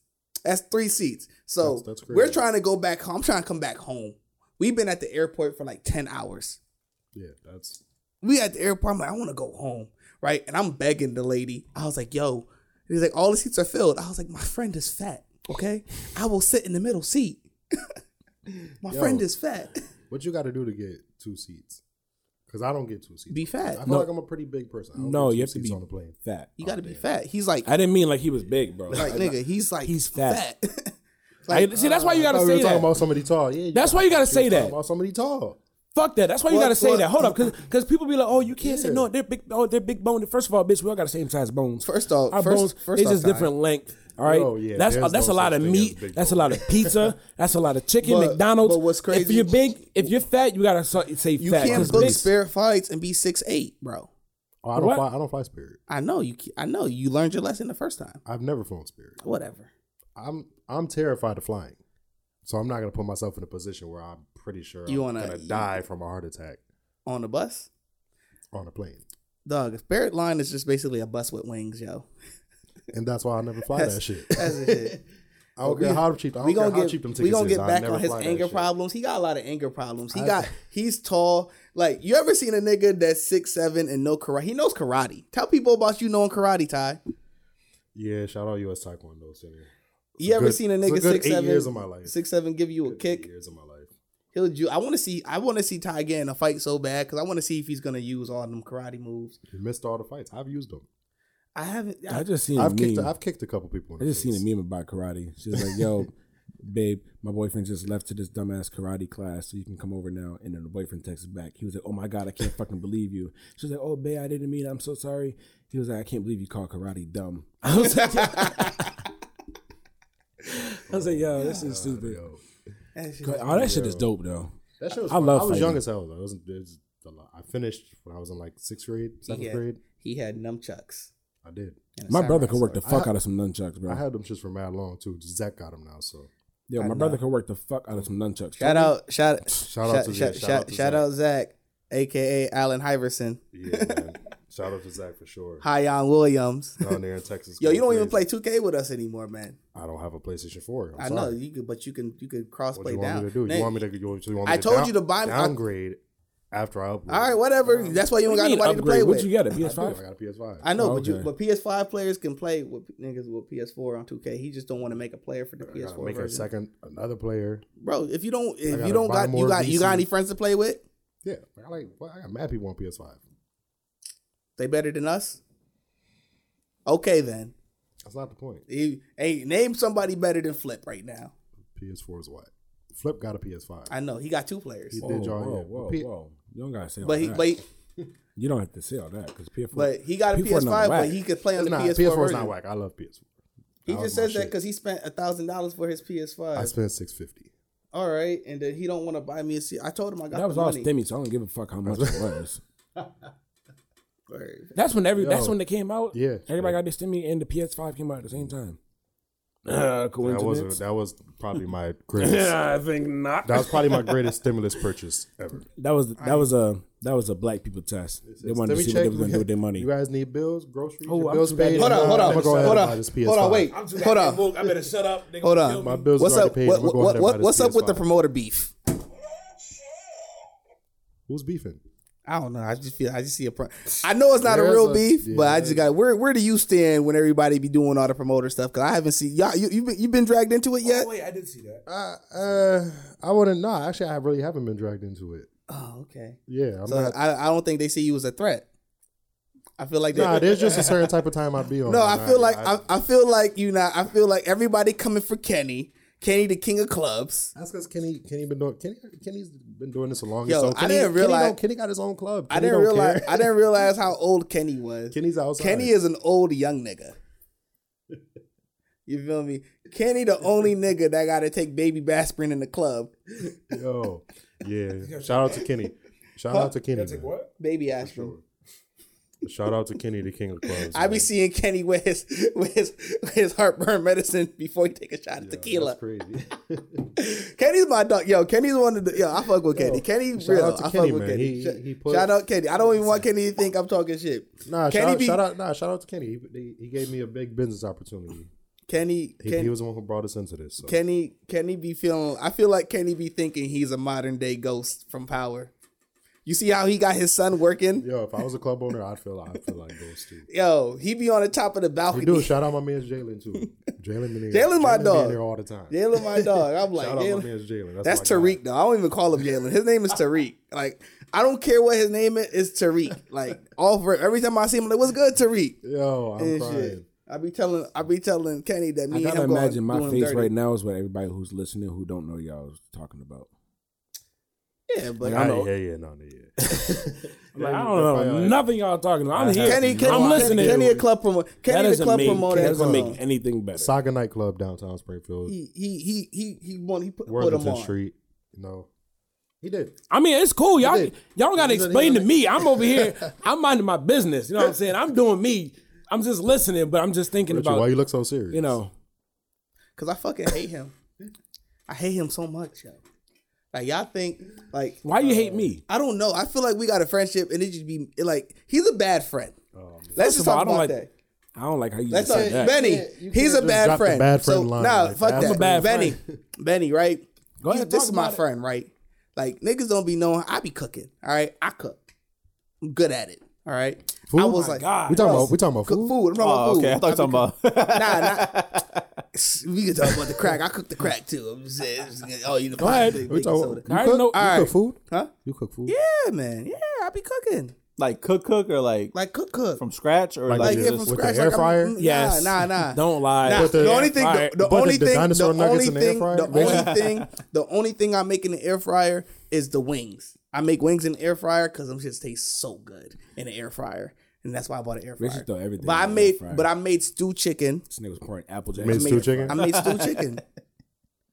[SPEAKER 2] That's three seats. So
[SPEAKER 3] That's- that's crazy.
[SPEAKER 2] we're trying to go back home. I'm trying to come back home. We've been at the airport for like ten hours
[SPEAKER 3] Yeah, that's
[SPEAKER 2] we at the airport. I'm like, I want to go home, right? And I'm begging the lady. I was like, yo. And he's like, all the seats are filled. I was like, my friend is fat. Okay, I will sit in the middle seat. my friend is fat.
[SPEAKER 3] what you got to do to get two seats. Because I don't get two seats.
[SPEAKER 2] Be fat.
[SPEAKER 3] I feel like I'm a pretty big person. I don't
[SPEAKER 4] No,
[SPEAKER 3] get two
[SPEAKER 4] you have to
[SPEAKER 3] seats
[SPEAKER 4] be-
[SPEAKER 3] on the plane.
[SPEAKER 4] Fat.
[SPEAKER 2] You got to be fat. He's like,
[SPEAKER 4] Oh, I didn't mean like he was big, bro.
[SPEAKER 2] like nigga. He's like,
[SPEAKER 4] He's fat.
[SPEAKER 2] fat.
[SPEAKER 4] I- see, that's why you
[SPEAKER 2] uh,
[SPEAKER 3] I
[SPEAKER 4] gotta
[SPEAKER 3] thought we
[SPEAKER 4] say
[SPEAKER 3] were Oh, talking
[SPEAKER 4] that.
[SPEAKER 3] about somebody tall. Yeah,
[SPEAKER 4] That's why you gotta
[SPEAKER 3] we were
[SPEAKER 4] say that.
[SPEAKER 3] talking About somebody tall.
[SPEAKER 4] Fuck that. That's why you
[SPEAKER 2] What-
[SPEAKER 4] gotta say
[SPEAKER 2] what-
[SPEAKER 4] that. Hold up, because because people be like, oh, you can't say
[SPEAKER 3] Yeah.
[SPEAKER 4] no. They're big. Oh, they're big boned. First of all, bitch, we all got the same size bones.
[SPEAKER 2] First off-
[SPEAKER 4] our
[SPEAKER 2] first-
[SPEAKER 4] bones
[SPEAKER 2] first
[SPEAKER 4] they
[SPEAKER 2] off
[SPEAKER 4] just
[SPEAKER 2] time.
[SPEAKER 4] different length. All right,
[SPEAKER 3] Oh, yeah,
[SPEAKER 4] that's uh,
[SPEAKER 3] there's
[SPEAKER 4] that's
[SPEAKER 3] no
[SPEAKER 4] a lot
[SPEAKER 3] such
[SPEAKER 4] of
[SPEAKER 3] thing
[SPEAKER 4] meat.
[SPEAKER 3] as big
[SPEAKER 4] That's a
[SPEAKER 3] bone.
[SPEAKER 4] lot of pizza. that's a lot of chicken.
[SPEAKER 2] But-
[SPEAKER 4] McDonald's.
[SPEAKER 2] but what's
[SPEAKER 4] If
[SPEAKER 2] crazy-
[SPEAKER 4] you're big, if you're fat, you gotta so- say
[SPEAKER 2] you
[SPEAKER 4] fat.
[SPEAKER 2] can't
[SPEAKER 4] 'cause
[SPEAKER 2] book
[SPEAKER 4] big-
[SPEAKER 2] spirit fights and be six eight, bro.
[SPEAKER 3] Oh, I don't
[SPEAKER 4] What?
[SPEAKER 3] fly. I don't fly Spirit.
[SPEAKER 2] I know you. ca- I know you learned your lesson the first time.
[SPEAKER 3] I've never flown Spirit.
[SPEAKER 2] Whatever.
[SPEAKER 3] I'm I'm terrified of flying, so I'm not gonna put myself in a position where I'm pretty sure
[SPEAKER 2] You
[SPEAKER 3] I'm
[SPEAKER 2] wanna-
[SPEAKER 3] gonna die from a heart attack
[SPEAKER 2] On the bus,
[SPEAKER 3] on a plane,
[SPEAKER 2] dog. Spirit line is just basically a bus with wings, yo.
[SPEAKER 3] and that's why I never fly that shit.
[SPEAKER 2] That's the shit.
[SPEAKER 3] I don't care how cheap. I don't
[SPEAKER 2] we gonna
[SPEAKER 3] care how
[SPEAKER 2] get
[SPEAKER 3] cheap them tickets
[SPEAKER 2] we gonna
[SPEAKER 3] is.
[SPEAKER 2] get
[SPEAKER 3] I
[SPEAKER 2] back
[SPEAKER 3] never
[SPEAKER 2] on his
[SPEAKER 3] fly that
[SPEAKER 2] anger
[SPEAKER 3] shit.
[SPEAKER 2] problems. He got a lot of anger problems. He
[SPEAKER 3] I-
[SPEAKER 2] got he's tall. Like you ever seen a nigga that's six seven and no karate? He knows karate. Tell people about you knowing karate, Ty.
[SPEAKER 3] Yeah, shout out U.S. Taekwondo Center.
[SPEAKER 2] You ever
[SPEAKER 3] good-
[SPEAKER 2] seen a
[SPEAKER 3] it's a
[SPEAKER 2] nigga
[SPEAKER 3] good
[SPEAKER 2] six
[SPEAKER 3] eight
[SPEAKER 2] seven?
[SPEAKER 3] years of my life.
[SPEAKER 2] Six seven give you a
[SPEAKER 3] Eight
[SPEAKER 2] kick.
[SPEAKER 3] years of my life.
[SPEAKER 2] He'll ju- I want to see. I want to see Ty get in a fight so bad because I want to see if he's gonna use all them karate moves.
[SPEAKER 3] You missed all the fights. I've used them.
[SPEAKER 2] I haven't. I,
[SPEAKER 4] I just seen.
[SPEAKER 3] I've
[SPEAKER 4] a
[SPEAKER 3] kicked.
[SPEAKER 4] meme.
[SPEAKER 3] I've kicked a couple people. In
[SPEAKER 4] I
[SPEAKER 3] the
[SPEAKER 4] just seen
[SPEAKER 3] face.
[SPEAKER 4] a meme about karate. She's like, "Yo, babe, my boyfriend just left to this dumbass karate class, so you can come over now." And then the boyfriend texts back. He was like, "Oh my god, I can't fucking believe you." She's like, "Oh, babe, I didn't mean. It. I'm so sorry." He was like, "I can't believe you called karate dumb." I was like, I was like, "Yo, this is stupid."
[SPEAKER 3] Uh, Yo,
[SPEAKER 2] that shit-
[SPEAKER 4] Oh, that shit is dope though.
[SPEAKER 3] that shit was
[SPEAKER 4] I
[SPEAKER 3] fun.
[SPEAKER 4] love
[SPEAKER 3] I was
[SPEAKER 4] fighting.
[SPEAKER 3] young as hell though. It was, it was a lot. I finished when I was in like sixth grade, seventh
[SPEAKER 2] Yeah.
[SPEAKER 3] grade.
[SPEAKER 2] he had nunchucks.
[SPEAKER 3] I did.
[SPEAKER 2] and a
[SPEAKER 4] My brother
[SPEAKER 2] samurai
[SPEAKER 4] could work the
[SPEAKER 2] sword.
[SPEAKER 4] fuck out of some nunchucks,
[SPEAKER 3] I
[SPEAKER 4] bro.
[SPEAKER 3] had them just for mad long too. Just Zach got them now, so
[SPEAKER 4] Yo, my brother could work the fuck out of some nunchucks.
[SPEAKER 2] Shout out! Shout
[SPEAKER 3] Shout out to
[SPEAKER 2] shout,
[SPEAKER 3] Zach,
[SPEAKER 2] shout, shout, shout out Zach, aka Allen Iverson.
[SPEAKER 3] yeah, man. Shout out to Zach for sure.
[SPEAKER 2] Hyon Williams.
[SPEAKER 3] Down there in Texas.
[SPEAKER 2] Yo, you
[SPEAKER 3] going
[SPEAKER 2] don't even play
[SPEAKER 3] crazy.
[SPEAKER 2] 2K with us anymore, man.
[SPEAKER 3] I don't have a PlayStation Four. I'm
[SPEAKER 2] i know you could, but you can you could cross
[SPEAKER 3] What
[SPEAKER 2] play
[SPEAKER 3] you want
[SPEAKER 2] down.
[SPEAKER 3] me to do?
[SPEAKER 2] Nate,
[SPEAKER 3] You want me to? You want you want me
[SPEAKER 2] I
[SPEAKER 3] to
[SPEAKER 2] told
[SPEAKER 3] down-
[SPEAKER 2] you to buy me- I-
[SPEAKER 3] downgrade after I upgrade.
[SPEAKER 2] all right, whatever.
[SPEAKER 3] Uh,
[SPEAKER 2] That's why you don't
[SPEAKER 4] What
[SPEAKER 2] got
[SPEAKER 4] do you mean
[SPEAKER 2] nobody to play
[SPEAKER 4] upgrade?
[SPEAKER 2] with.
[SPEAKER 4] What you get? A
[SPEAKER 3] I, do, I
[SPEAKER 4] PS5?
[SPEAKER 3] got a PS Five.
[SPEAKER 2] I know,
[SPEAKER 4] Oh,
[SPEAKER 2] but you
[SPEAKER 4] okay.
[SPEAKER 2] but PS5 players can play with niggas with PS4 on 2K. He just don't want to make a player for the
[SPEAKER 3] I gotta
[SPEAKER 2] PS4
[SPEAKER 3] make a
[SPEAKER 2] version.
[SPEAKER 3] second another player.
[SPEAKER 2] Bro, if you don't if
[SPEAKER 3] gotta
[SPEAKER 2] you don't
[SPEAKER 3] buy
[SPEAKER 2] got you
[SPEAKER 3] more
[SPEAKER 2] got you got
[SPEAKER 3] VC.
[SPEAKER 2] any friends to play with,
[SPEAKER 3] Yeah, like, I like. well, I got mad people on PS Five.
[SPEAKER 2] They better than us? Okay then.
[SPEAKER 3] That's not the point.
[SPEAKER 2] He, hey, name somebody better than Flip right now.
[SPEAKER 3] PS4 is what? Flip got a PS5.
[SPEAKER 2] I know he got two players,
[SPEAKER 3] He did
[SPEAKER 4] whoa,
[SPEAKER 3] y'all
[SPEAKER 4] whoa,
[SPEAKER 3] yeah.
[SPEAKER 4] whoa,
[SPEAKER 3] P-
[SPEAKER 4] whoa. You don't gotta say all
[SPEAKER 2] but he
[SPEAKER 4] that.
[SPEAKER 2] but he,
[SPEAKER 4] you don't have to say all that because PS4.
[SPEAKER 2] but he got a
[SPEAKER 4] People are
[SPEAKER 2] PS5,
[SPEAKER 4] not
[SPEAKER 2] but
[SPEAKER 4] whack.
[SPEAKER 2] he could play on the
[SPEAKER 3] Nah,
[SPEAKER 2] PS4.
[SPEAKER 3] PS4 is
[SPEAKER 2] version.
[SPEAKER 3] not whack. I love PS4.
[SPEAKER 2] He
[SPEAKER 3] That
[SPEAKER 2] just
[SPEAKER 3] was my
[SPEAKER 2] says that
[SPEAKER 3] shit.
[SPEAKER 2] because he spent a thousand dollars for his PS5.
[SPEAKER 3] I spent 650
[SPEAKER 2] All right, and then he don't want to buy me a seat. I told him I got
[SPEAKER 4] that was
[SPEAKER 2] the
[SPEAKER 4] all
[SPEAKER 2] money.
[SPEAKER 4] stimmy, so I don't give a fuck how much it was.
[SPEAKER 2] Right.
[SPEAKER 4] That's when every. that's when they came out.
[SPEAKER 3] Yeah.
[SPEAKER 4] everybody got this stimmy, and the PS5 came out at the same time. Uh,
[SPEAKER 3] That
[SPEAKER 4] coincidence?
[SPEAKER 3] was that was probably my greatest.
[SPEAKER 4] Yeah, I think not.
[SPEAKER 3] That was probably my greatest stimulus purchase ever.
[SPEAKER 4] That was that was a that was a black people test. They wanted to see what they were going to do with their money.
[SPEAKER 3] You guys need bills, groceries,
[SPEAKER 4] Oh,
[SPEAKER 3] your
[SPEAKER 4] I'm
[SPEAKER 3] bills
[SPEAKER 4] too bad.
[SPEAKER 3] paid.
[SPEAKER 2] Hold on, hold
[SPEAKER 3] I'm
[SPEAKER 2] on,
[SPEAKER 3] gonna go ahead
[SPEAKER 2] hold
[SPEAKER 3] and
[SPEAKER 2] on,
[SPEAKER 3] buy this PS5.
[SPEAKER 2] hold on, wait, hold on,
[SPEAKER 4] I better shut up.
[SPEAKER 2] hold on.
[SPEAKER 3] My bills
[SPEAKER 2] what's
[SPEAKER 3] are already
[SPEAKER 2] up?
[SPEAKER 3] paid.
[SPEAKER 2] What,
[SPEAKER 3] I'm gonna
[SPEAKER 2] what,
[SPEAKER 3] go ahead
[SPEAKER 2] what,
[SPEAKER 3] and buy this
[SPEAKER 2] what's up with the
[SPEAKER 3] PS5.
[SPEAKER 2] promoter beef?
[SPEAKER 3] Who's beefing?
[SPEAKER 2] I don't know. I just feel I just see a. Pro- I know it's not a
[SPEAKER 3] There's
[SPEAKER 2] real
[SPEAKER 3] a-
[SPEAKER 2] beef, but I
[SPEAKER 3] yeah.
[SPEAKER 2] just got where where do you stand when everybody be doing all the promoter stuff? Because I haven't seen y'all. You you been, you been dragged into it yet?
[SPEAKER 4] wait, I did see that.
[SPEAKER 3] Uh, uh, I wouldn't. No, actually, I really haven't been dragged into it.
[SPEAKER 2] Oh, okay.
[SPEAKER 3] Yeah, I'm
[SPEAKER 2] So
[SPEAKER 3] not.
[SPEAKER 2] I I don't think they see you as a threat. I feel like they-
[SPEAKER 3] Nah, there's just a certain type of time I'd be on.
[SPEAKER 2] No,
[SPEAKER 3] and
[SPEAKER 2] I feel like I, I feel like you not. I feel like everybody coming for Kenny. Kenny, the king of clubs.
[SPEAKER 3] That's because Kenny Kenny been doing Kenny Kenny's been doing this a long.
[SPEAKER 2] Yo,
[SPEAKER 3] so
[SPEAKER 2] I
[SPEAKER 3] Kenny,
[SPEAKER 2] didn't realize-
[SPEAKER 3] Kenny, don't- Kenny got his own club.
[SPEAKER 2] I
[SPEAKER 3] Kenny
[SPEAKER 2] didn't
[SPEAKER 3] don't
[SPEAKER 2] realize.
[SPEAKER 3] care.
[SPEAKER 2] I didn't realize how old Kenny was.
[SPEAKER 3] Kenny's outside.
[SPEAKER 2] Kenny is an old young nigga. You feel me? Kenny, the only nigga that got to take baby Baspirin in the club.
[SPEAKER 3] Yo, yeah. Shout out to Kenny. Shout out to Kenny. man.
[SPEAKER 2] Baby aspirin.
[SPEAKER 3] Shout out to Kenny, the king of clubs.
[SPEAKER 2] I be
[SPEAKER 3] man.
[SPEAKER 2] seeing Kenny with his with his, with his heartburn medicine before he take a shot of tequila.
[SPEAKER 3] That's crazy.
[SPEAKER 2] Kenny's my dog. Yo, Kenny's one of the yo. I fuck with Kenny. Kenny,
[SPEAKER 3] shout
[SPEAKER 2] real.
[SPEAKER 3] out to
[SPEAKER 2] I
[SPEAKER 3] Kenny,
[SPEAKER 2] fuck with
[SPEAKER 3] man.
[SPEAKER 2] Kenny.
[SPEAKER 3] He-
[SPEAKER 2] Sh-
[SPEAKER 3] he put-
[SPEAKER 2] shout out Kenny. I don't even want Kenny to think I'm talking shit.
[SPEAKER 3] Nah,
[SPEAKER 2] Kenny
[SPEAKER 3] shout,
[SPEAKER 2] be-
[SPEAKER 3] shout out. Nah, shout out to Kenny. He, he- he gave me a big business opportunity.
[SPEAKER 2] Kenny,
[SPEAKER 3] He,
[SPEAKER 2] Ken-
[SPEAKER 3] he was the one who brought us into this. So.
[SPEAKER 2] Kenny, Kenny be feeling. I feel like Kenny be thinking he's a modern day ghost from Power. You see how he got his son working?
[SPEAKER 3] Yo, if I was a club owner, I'd feel like I'd feel like those too.
[SPEAKER 2] Yo, he be on the top of the
[SPEAKER 3] We
[SPEAKER 2] balcony.
[SPEAKER 3] do. Shout out my man Jalen too. Jalen been here.
[SPEAKER 2] Jalen my
[SPEAKER 3] been
[SPEAKER 2] dog.
[SPEAKER 3] in here all the time.
[SPEAKER 2] Jalen, my dog. I'm like,
[SPEAKER 3] Shout out my
[SPEAKER 2] Jalen.
[SPEAKER 3] man Jalen.
[SPEAKER 2] That's
[SPEAKER 3] my guy.
[SPEAKER 2] Tariq though. I don't even call him Jalen. His name is Tariq. Like I don't care what his name is. It's Tariq. Like all for every time I see him, I'm like what's good, Tariq?
[SPEAKER 3] Yo, I'm
[SPEAKER 2] And
[SPEAKER 3] crying.
[SPEAKER 2] shit. I be telling I be telling Kenny that
[SPEAKER 4] I
[SPEAKER 2] me and
[SPEAKER 4] gotta
[SPEAKER 2] him going
[SPEAKER 4] imagine my
[SPEAKER 2] doing
[SPEAKER 4] face
[SPEAKER 2] dirty.
[SPEAKER 4] right now is what everybody who's listening who don't know y'all is talking about.
[SPEAKER 2] Yeah, but
[SPEAKER 4] I know.
[SPEAKER 3] Yeah, yeah, no, no, yeah.
[SPEAKER 4] Like, I don't know nothing y'all talking about. I'm here.
[SPEAKER 2] Kenny, Kenny,
[SPEAKER 4] I'm listening.
[SPEAKER 2] Kenny, Kenny a club promoter.
[SPEAKER 4] that
[SPEAKER 2] Kenny the
[SPEAKER 4] doesn't,
[SPEAKER 2] club
[SPEAKER 4] make,
[SPEAKER 2] promoter.
[SPEAKER 4] that
[SPEAKER 2] at
[SPEAKER 4] doesn't
[SPEAKER 2] Cologne.
[SPEAKER 4] make anything better.
[SPEAKER 3] Saga nightclub downtown Springfield,
[SPEAKER 2] he he he he he won. He put, put him
[SPEAKER 3] Worthington
[SPEAKER 2] on.
[SPEAKER 3] Street. You know, he did.
[SPEAKER 4] I mean, it's cool. Y'all,
[SPEAKER 3] did.
[SPEAKER 4] y'all gotta
[SPEAKER 3] He's a-
[SPEAKER 4] explain
[SPEAKER 3] he's a-
[SPEAKER 4] to me. I'm over here. I'm minding my business. You know what I'm saying? I'm doing me. I'm just listening, but I'm just thinking
[SPEAKER 3] Richard, why
[SPEAKER 4] about
[SPEAKER 3] you look so serious?
[SPEAKER 4] you know.
[SPEAKER 2] Cause I fucking hate him. I hate him so much, yo. Like y'all think like
[SPEAKER 4] Why you hate me?
[SPEAKER 2] I don't know. I feel like we got a friendship, and it just be it like he's a bad friend. Let's just
[SPEAKER 4] of all,
[SPEAKER 2] talk
[SPEAKER 4] I don't
[SPEAKER 2] about
[SPEAKER 4] like-
[SPEAKER 2] that.
[SPEAKER 4] I don't like how you
[SPEAKER 2] Let's
[SPEAKER 4] just said
[SPEAKER 2] talk,
[SPEAKER 4] that.
[SPEAKER 2] Benny.
[SPEAKER 3] can't- you
[SPEAKER 2] He's
[SPEAKER 3] can't
[SPEAKER 2] a
[SPEAKER 3] just
[SPEAKER 2] bad
[SPEAKER 3] drop the
[SPEAKER 2] friend.
[SPEAKER 3] bad
[SPEAKER 2] so,
[SPEAKER 3] friend line
[SPEAKER 2] Nah,
[SPEAKER 3] like
[SPEAKER 2] fuck
[SPEAKER 3] that.
[SPEAKER 2] that.
[SPEAKER 3] I'm a
[SPEAKER 4] bad
[SPEAKER 2] Benny,
[SPEAKER 4] friend.
[SPEAKER 2] Benny, right?
[SPEAKER 4] Go ahead,
[SPEAKER 2] He's- this
[SPEAKER 4] talk
[SPEAKER 2] is my
[SPEAKER 4] about it.
[SPEAKER 2] friend, right? Like niggas don't be knowing. I be cooking. All right, I cook. I'm good at it. All right. I was like,
[SPEAKER 4] God.
[SPEAKER 3] we talking about we talking about
[SPEAKER 2] cook
[SPEAKER 3] food.
[SPEAKER 2] food. I'm talking about
[SPEAKER 1] Oh,
[SPEAKER 2] food.
[SPEAKER 1] okay. I thought you were talking about.
[SPEAKER 2] nah, nah. We can talk about the crack. I cook the crack too. I'm just saying. I'm just gonna- Oh, you know,
[SPEAKER 4] ahead.
[SPEAKER 2] baking
[SPEAKER 3] We talking
[SPEAKER 2] soda.
[SPEAKER 3] about,
[SPEAKER 4] I
[SPEAKER 3] you
[SPEAKER 4] already
[SPEAKER 3] cook,
[SPEAKER 4] know-
[SPEAKER 3] you
[SPEAKER 2] Alright.
[SPEAKER 3] cook food?
[SPEAKER 2] Huh?
[SPEAKER 3] You cook food?
[SPEAKER 2] Yeah, man. Yeah, I be cooking.
[SPEAKER 1] like cook cook or like,
[SPEAKER 2] Like cook, cook.
[SPEAKER 1] from scratch or like,
[SPEAKER 2] like
[SPEAKER 3] With
[SPEAKER 2] yeah, from
[SPEAKER 3] the
[SPEAKER 2] scratch.
[SPEAKER 3] air
[SPEAKER 2] like, I'm-
[SPEAKER 3] fryer?
[SPEAKER 2] mm,
[SPEAKER 4] Yes.
[SPEAKER 2] Nah, nah, nah.
[SPEAKER 4] Don't lie.
[SPEAKER 2] Nah,
[SPEAKER 4] Put
[SPEAKER 2] the,
[SPEAKER 4] the-
[SPEAKER 2] only thing,
[SPEAKER 4] all
[SPEAKER 2] the,
[SPEAKER 4] right.
[SPEAKER 2] the
[SPEAKER 3] Put the
[SPEAKER 2] only thing, the
[SPEAKER 3] dinosaur nuggets
[SPEAKER 2] only
[SPEAKER 3] in the air
[SPEAKER 2] thing,
[SPEAKER 3] fryer?
[SPEAKER 2] the only thing, the only thing I make in the air fryer is the wings. I make wings in the air fryer because them just taste so good in the air fryer, and that's why I bought an air
[SPEAKER 4] Rich
[SPEAKER 2] fryer.
[SPEAKER 4] throw everything
[SPEAKER 2] But I
[SPEAKER 4] in the air
[SPEAKER 2] made,
[SPEAKER 4] fryer.
[SPEAKER 2] but I made stew chicken.
[SPEAKER 4] This nigga was pouring apple jack.
[SPEAKER 3] Made
[SPEAKER 2] I
[SPEAKER 3] Stew
[SPEAKER 2] made-
[SPEAKER 3] chicken?
[SPEAKER 2] I made stew chicken.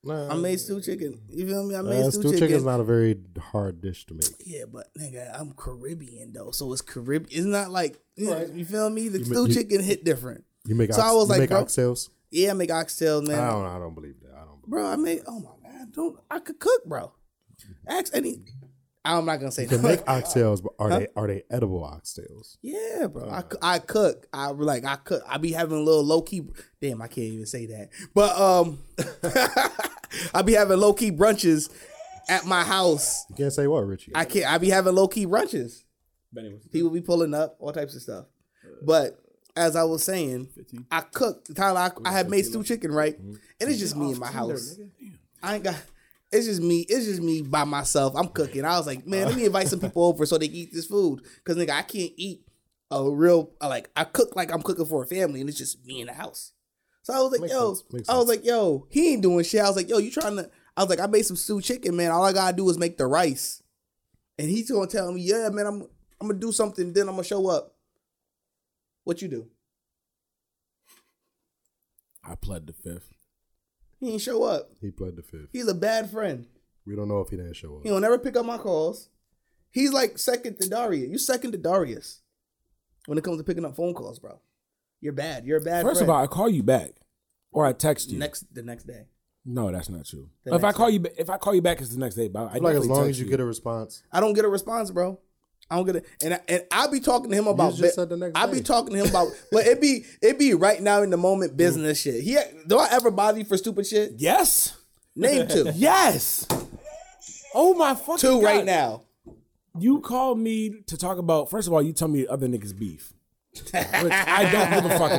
[SPEAKER 3] Nah,
[SPEAKER 2] I made stew chicken. You feel me? I made
[SPEAKER 3] uh,
[SPEAKER 2] stew,
[SPEAKER 3] stew
[SPEAKER 2] chicken.
[SPEAKER 3] chicken's not a very hard dish to make.
[SPEAKER 2] yeah, but nigga, I'm Caribbean though, so it's Caribbean. It's not like you, know, you feel me. The stew
[SPEAKER 3] you-
[SPEAKER 2] chicken hit different.
[SPEAKER 3] You make
[SPEAKER 2] So
[SPEAKER 3] ox,
[SPEAKER 2] I was
[SPEAKER 3] you
[SPEAKER 2] like,
[SPEAKER 3] make
[SPEAKER 2] bro-
[SPEAKER 3] oxtails?
[SPEAKER 2] Yeah, I make oxtail, man.
[SPEAKER 3] I don't I don't believe that. I don't believe
[SPEAKER 2] bro. I made. Oh my god, don't I could cook, bro. Ask any. I'm not gonna say
[SPEAKER 3] you can
[SPEAKER 2] no.
[SPEAKER 3] make oxtails, but are they are they edible oxtails?
[SPEAKER 2] Yeah, bro. I, coo- I cook. I like I cook. I be having a little low key. Damn, I can't even say that. But um, I be having low key brunches at my house.
[SPEAKER 3] You can't say what, Richie.
[SPEAKER 2] I can't. I be having low key brunches. People be pulling up, all types of stuff. But as I was saying, I cooked. Tyler, I, I had made stew chicken, right? And it's just me in my house. I ain't got. It's just me. It's just me by myself. I'm cooking. I was like, man, let me invite some people over so they can eat this food. Cause nigga, I can't eat a real like I cook like I'm cooking for a family, and it's just me in the house. So I was like,
[SPEAKER 3] Makes
[SPEAKER 2] yo,
[SPEAKER 3] sense, makes
[SPEAKER 2] I was like, yo, he ain't doing shit. I was like, yo, you trying to? I was like, I made some stew chicken, man. All I gotta do is make the rice, and he's gonna tell me, yeah, man, I'm I'm gonna do something, then I'm gonna show up. What you do?
[SPEAKER 4] I pled the fifth.
[SPEAKER 2] He ain't show up.
[SPEAKER 3] He pled the fifth.
[SPEAKER 2] He's a bad friend.
[SPEAKER 3] We don't know if he didn't show
[SPEAKER 2] He
[SPEAKER 3] up.
[SPEAKER 2] don't ever pick up my calls. He's like second to Darius. You second to Darius when it comes to picking up phone calls, bro. You're bad. You're a bad.
[SPEAKER 4] First
[SPEAKER 2] friend.
[SPEAKER 4] of all, I call you back, or I text you.
[SPEAKER 2] next the next day.
[SPEAKER 4] no, that's not true.
[SPEAKER 2] The
[SPEAKER 4] If I
[SPEAKER 2] next
[SPEAKER 4] call you, ba- if I call you back, it's the next day. But I
[SPEAKER 3] Like as
[SPEAKER 4] definitely
[SPEAKER 3] long
[SPEAKER 4] text
[SPEAKER 3] as you get a response,
[SPEAKER 2] I don't get a response, bro. I don't get it, and I, and I be talking to him about.
[SPEAKER 3] just
[SPEAKER 2] bu-
[SPEAKER 3] said the next
[SPEAKER 2] I be
[SPEAKER 3] day.
[SPEAKER 2] talking to him about, but it be it be right now in the moment business shit. He do I ever bother you for stupid shit?
[SPEAKER 4] yes,
[SPEAKER 2] Name two,
[SPEAKER 4] yes. Oh my fucking
[SPEAKER 2] two right
[SPEAKER 4] God.
[SPEAKER 2] now.
[SPEAKER 4] You called me to talk about. First of all, you tell me other niggas beef, which I don't give a fuck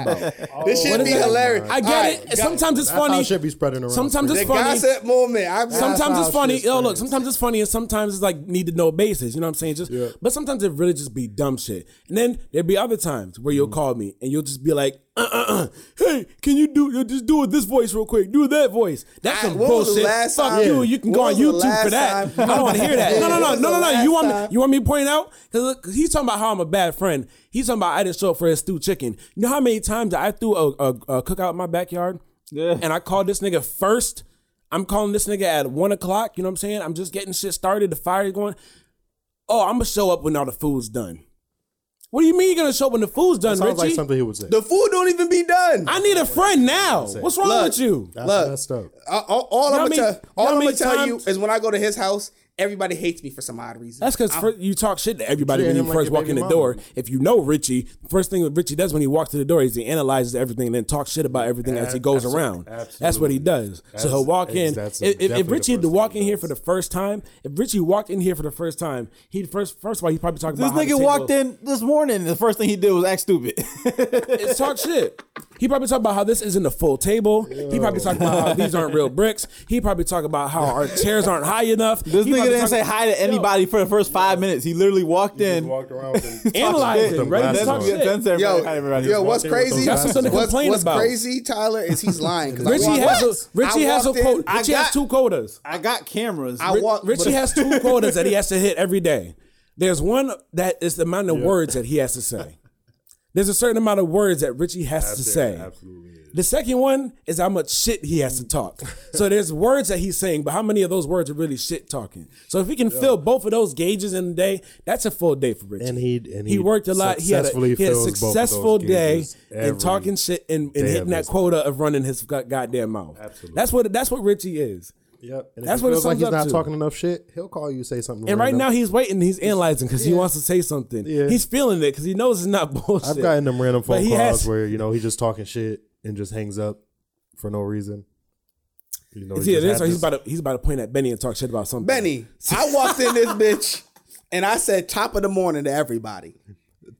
[SPEAKER 4] about.
[SPEAKER 2] This shit
[SPEAKER 4] Oh, What
[SPEAKER 2] be
[SPEAKER 4] is that?
[SPEAKER 2] hilarious.
[SPEAKER 4] I get
[SPEAKER 2] All right,
[SPEAKER 4] it. Sometimes it's funny.
[SPEAKER 3] I should be spreading around.
[SPEAKER 4] Sometimes it's
[SPEAKER 2] The
[SPEAKER 4] funny.
[SPEAKER 2] gossip moment. I'm
[SPEAKER 4] sometimes
[SPEAKER 3] how
[SPEAKER 4] it's funny.
[SPEAKER 3] shit's
[SPEAKER 4] Yo, look,
[SPEAKER 3] spreads.
[SPEAKER 4] sometimes it's funny, and sometimes it's like need to know basis. You know what I'm saying? Just, but sometimes it really just be dumb shit. And then there'd be other times where you'll call me and you'll just be like, uh, uh, uh, "Hey, can you do you just do it this voice real quick? Do that voice. That's
[SPEAKER 2] I-
[SPEAKER 4] some
[SPEAKER 2] when was the
[SPEAKER 4] bullshit.
[SPEAKER 2] last
[SPEAKER 4] Fuck
[SPEAKER 2] time-
[SPEAKER 4] you. You can
[SPEAKER 2] when
[SPEAKER 4] go on
[SPEAKER 2] was the
[SPEAKER 4] YouTube for
[SPEAKER 2] last
[SPEAKER 4] that.
[SPEAKER 2] time-
[SPEAKER 4] I don't want to hear that. No, no,
[SPEAKER 2] When
[SPEAKER 4] no,
[SPEAKER 2] was
[SPEAKER 4] no,
[SPEAKER 2] the
[SPEAKER 4] no, no.
[SPEAKER 2] last
[SPEAKER 4] You want
[SPEAKER 2] time-
[SPEAKER 4] me? You want me to point out? Because he's talking about how I'm a bad friend. He's talking about I didn't show up for his stew chicken. You know how many times I threw a, a, a cookout in my backyard?
[SPEAKER 1] Yeah.
[SPEAKER 4] and I called this nigga first. I'm calling this nigga at one o'clock. You know what I'm saying? I'm just getting shit started. The fire is going. Oh, I'm gonna show up when all the food's done. What do you mean you're gonna show up when the food's done,
[SPEAKER 3] Sounds
[SPEAKER 4] Richie?
[SPEAKER 3] like something he would say.
[SPEAKER 2] the food don't even be done.
[SPEAKER 4] I need a friend now. What's wrong
[SPEAKER 2] Look.
[SPEAKER 4] with you?
[SPEAKER 3] That's
[SPEAKER 2] Look.
[SPEAKER 3] messed up.
[SPEAKER 2] I- all all
[SPEAKER 4] know
[SPEAKER 2] I'm gonna
[SPEAKER 4] what I mean?
[SPEAKER 2] tell, all
[SPEAKER 4] You know
[SPEAKER 2] I'm
[SPEAKER 4] what I
[SPEAKER 2] gonna
[SPEAKER 4] mean?
[SPEAKER 2] tell you
[SPEAKER 4] Times-
[SPEAKER 2] is when I go to his house, everybody hates me for some odd reason.
[SPEAKER 4] That's because you talk shit to everybody
[SPEAKER 3] Treat
[SPEAKER 4] when you
[SPEAKER 3] him like
[SPEAKER 4] first
[SPEAKER 3] your
[SPEAKER 4] walk
[SPEAKER 3] baby
[SPEAKER 4] in the
[SPEAKER 3] mama.
[SPEAKER 4] door. If you know Richie, first thing that Richie does when he walks to the door is he analyzes everything and then talks shit about everything as he goes around. That's what he does. so he'll walk in.
[SPEAKER 3] that's
[SPEAKER 4] If, if- if
[SPEAKER 3] definitely
[SPEAKER 4] Richie
[SPEAKER 3] the
[SPEAKER 4] had to
[SPEAKER 3] first
[SPEAKER 4] walk
[SPEAKER 3] thing
[SPEAKER 4] in
[SPEAKER 3] he
[SPEAKER 4] here for the first time, if Richie walked in here for the first time, he'd first first of all he probably talking
[SPEAKER 1] This
[SPEAKER 4] about
[SPEAKER 1] nigga walked in this morning. The first thing he did was act stupid.
[SPEAKER 4] It's talk shit. He probably talked about how this isn't a full table. He probably talked about how these aren't real bricks. He probably talked about how our chairs aren't high enough.
[SPEAKER 1] This
[SPEAKER 4] He
[SPEAKER 1] nigga
[SPEAKER 4] probably
[SPEAKER 1] didn't
[SPEAKER 4] talk-
[SPEAKER 1] say hi to anybody for the first five minutes. He literally walked in.
[SPEAKER 3] Walked around with him.
[SPEAKER 4] Analyze it,
[SPEAKER 1] Then-
[SPEAKER 4] right?
[SPEAKER 3] glasses
[SPEAKER 1] Then,
[SPEAKER 4] Talk
[SPEAKER 3] on.
[SPEAKER 4] shit.
[SPEAKER 1] then said,
[SPEAKER 2] Yo,
[SPEAKER 1] hi, everybody.
[SPEAKER 2] yo, what's
[SPEAKER 3] walked in with
[SPEAKER 2] crazy?
[SPEAKER 3] those That's
[SPEAKER 4] something to
[SPEAKER 2] what's,
[SPEAKER 4] complain
[SPEAKER 2] what's
[SPEAKER 4] about.
[SPEAKER 2] crazy, Tyler, is he's lying. 'cause I
[SPEAKER 4] Richie
[SPEAKER 2] walked-
[SPEAKER 4] has a
[SPEAKER 2] I
[SPEAKER 4] Richie has a
[SPEAKER 2] walked in-
[SPEAKER 4] quote.
[SPEAKER 2] I
[SPEAKER 4] Richie
[SPEAKER 2] got-
[SPEAKER 4] has two quotas.
[SPEAKER 1] I got cameras.
[SPEAKER 2] I walked.
[SPEAKER 4] Richie
[SPEAKER 2] but-
[SPEAKER 4] has two quotas that he has to hit every day. There's one that is the amount of words that he has to say. There's a certain amount of words that Richie has to say.
[SPEAKER 3] Absolutely. is.
[SPEAKER 4] The second one is how much shit he has to talk. so there's words that he's saying, but how many of those words are really shit talking? So if he can fill both of those gauges in a day, that's a full day for Richie.
[SPEAKER 3] And he- and
[SPEAKER 4] he
[SPEAKER 3] he
[SPEAKER 4] worked a lot. He had a,
[SPEAKER 3] successfully
[SPEAKER 4] he had a
[SPEAKER 3] fills both of those
[SPEAKER 4] successful day
[SPEAKER 3] gauges
[SPEAKER 4] in
[SPEAKER 3] every
[SPEAKER 4] talking shit and, and
[SPEAKER 3] day
[SPEAKER 4] hitting
[SPEAKER 3] of
[SPEAKER 4] that
[SPEAKER 3] his
[SPEAKER 4] quota of running his go- goddamn mouth. Absolutely. That's what that's what Richie is.
[SPEAKER 3] Yep. And if
[SPEAKER 4] That's
[SPEAKER 3] he
[SPEAKER 4] what it
[SPEAKER 3] feels like
[SPEAKER 4] sums
[SPEAKER 3] he's
[SPEAKER 4] up
[SPEAKER 3] not
[SPEAKER 4] to.
[SPEAKER 3] talking enough shit. He'll call you, say something.
[SPEAKER 4] And right
[SPEAKER 3] random.
[SPEAKER 4] now he's waiting, he's analyzing because he wants to say something.
[SPEAKER 3] Yeah.
[SPEAKER 4] He's feeling it because he knows it's not bullshit.
[SPEAKER 3] I've gotten them random
[SPEAKER 4] But
[SPEAKER 3] phone
[SPEAKER 4] he
[SPEAKER 3] calls
[SPEAKER 4] has-
[SPEAKER 3] where you know he's just talking shit and just hangs up for no reason. You know,
[SPEAKER 4] It's
[SPEAKER 3] he
[SPEAKER 4] either this
[SPEAKER 3] just had
[SPEAKER 4] or he's about to he's about to point at Benny and talk shit about something.
[SPEAKER 2] Benny, I walked in this bitch and I said top of the morning to everybody.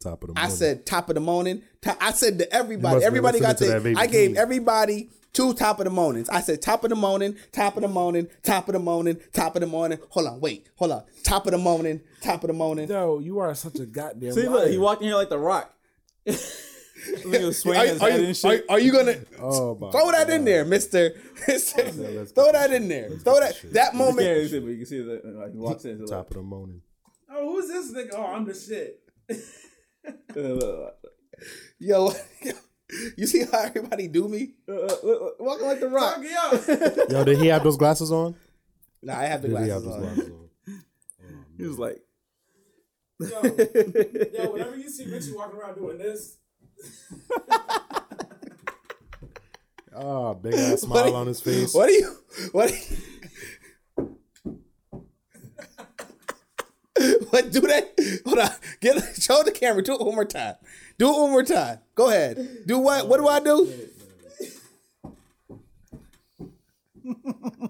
[SPEAKER 3] top of the
[SPEAKER 2] I
[SPEAKER 3] morning.
[SPEAKER 2] said top of the morning. To, I said to
[SPEAKER 3] must
[SPEAKER 2] everybody.
[SPEAKER 3] be
[SPEAKER 2] Everybody
[SPEAKER 3] listening
[SPEAKER 2] got
[SPEAKER 3] to
[SPEAKER 2] the.
[SPEAKER 3] that baby
[SPEAKER 2] I gave
[SPEAKER 3] Keem.
[SPEAKER 2] everybody two top of the mornings. I said top of the morning, top of the morning, top of the morning, top of the morning. Hold on, wait, hold on. Top of the morning, top of the morning.
[SPEAKER 4] Yo, you are such a goddamn.
[SPEAKER 1] See, look, he
[SPEAKER 4] liar.
[SPEAKER 1] walked in here like the rock. Nigga was swinging
[SPEAKER 2] Are,
[SPEAKER 1] his
[SPEAKER 2] are
[SPEAKER 1] head
[SPEAKER 2] you,
[SPEAKER 1] and
[SPEAKER 2] are,
[SPEAKER 1] shit.
[SPEAKER 2] are you gonna
[SPEAKER 3] Oh, my
[SPEAKER 2] throw that in there, Mister? throw that in there. Throw that that
[SPEAKER 1] You can't
[SPEAKER 2] moment.
[SPEAKER 1] really see, but you can see that uh, like, he walks in. he's Like,
[SPEAKER 3] top of the morning.
[SPEAKER 1] oh, who's this nigga? Oh, I'm the shit.
[SPEAKER 2] Yo, you see how everybody do me?
[SPEAKER 1] Uh, Walking like the rock.
[SPEAKER 3] Yo, did he have those glasses on?
[SPEAKER 2] Nah, I have the
[SPEAKER 3] Did he have
[SPEAKER 2] glasses
[SPEAKER 3] those
[SPEAKER 2] on.
[SPEAKER 3] glasses on?
[SPEAKER 1] He was like,
[SPEAKER 4] Yo, whenever you see Richie walking around doing this,
[SPEAKER 3] Ah, big ass smile on his face.
[SPEAKER 2] What do you? What? do you- what? Do that? Hold on. Get show the camera. Do it one more time. Do it one more time. Go ahead. Do what? What do I
[SPEAKER 1] Oh,
[SPEAKER 2] do?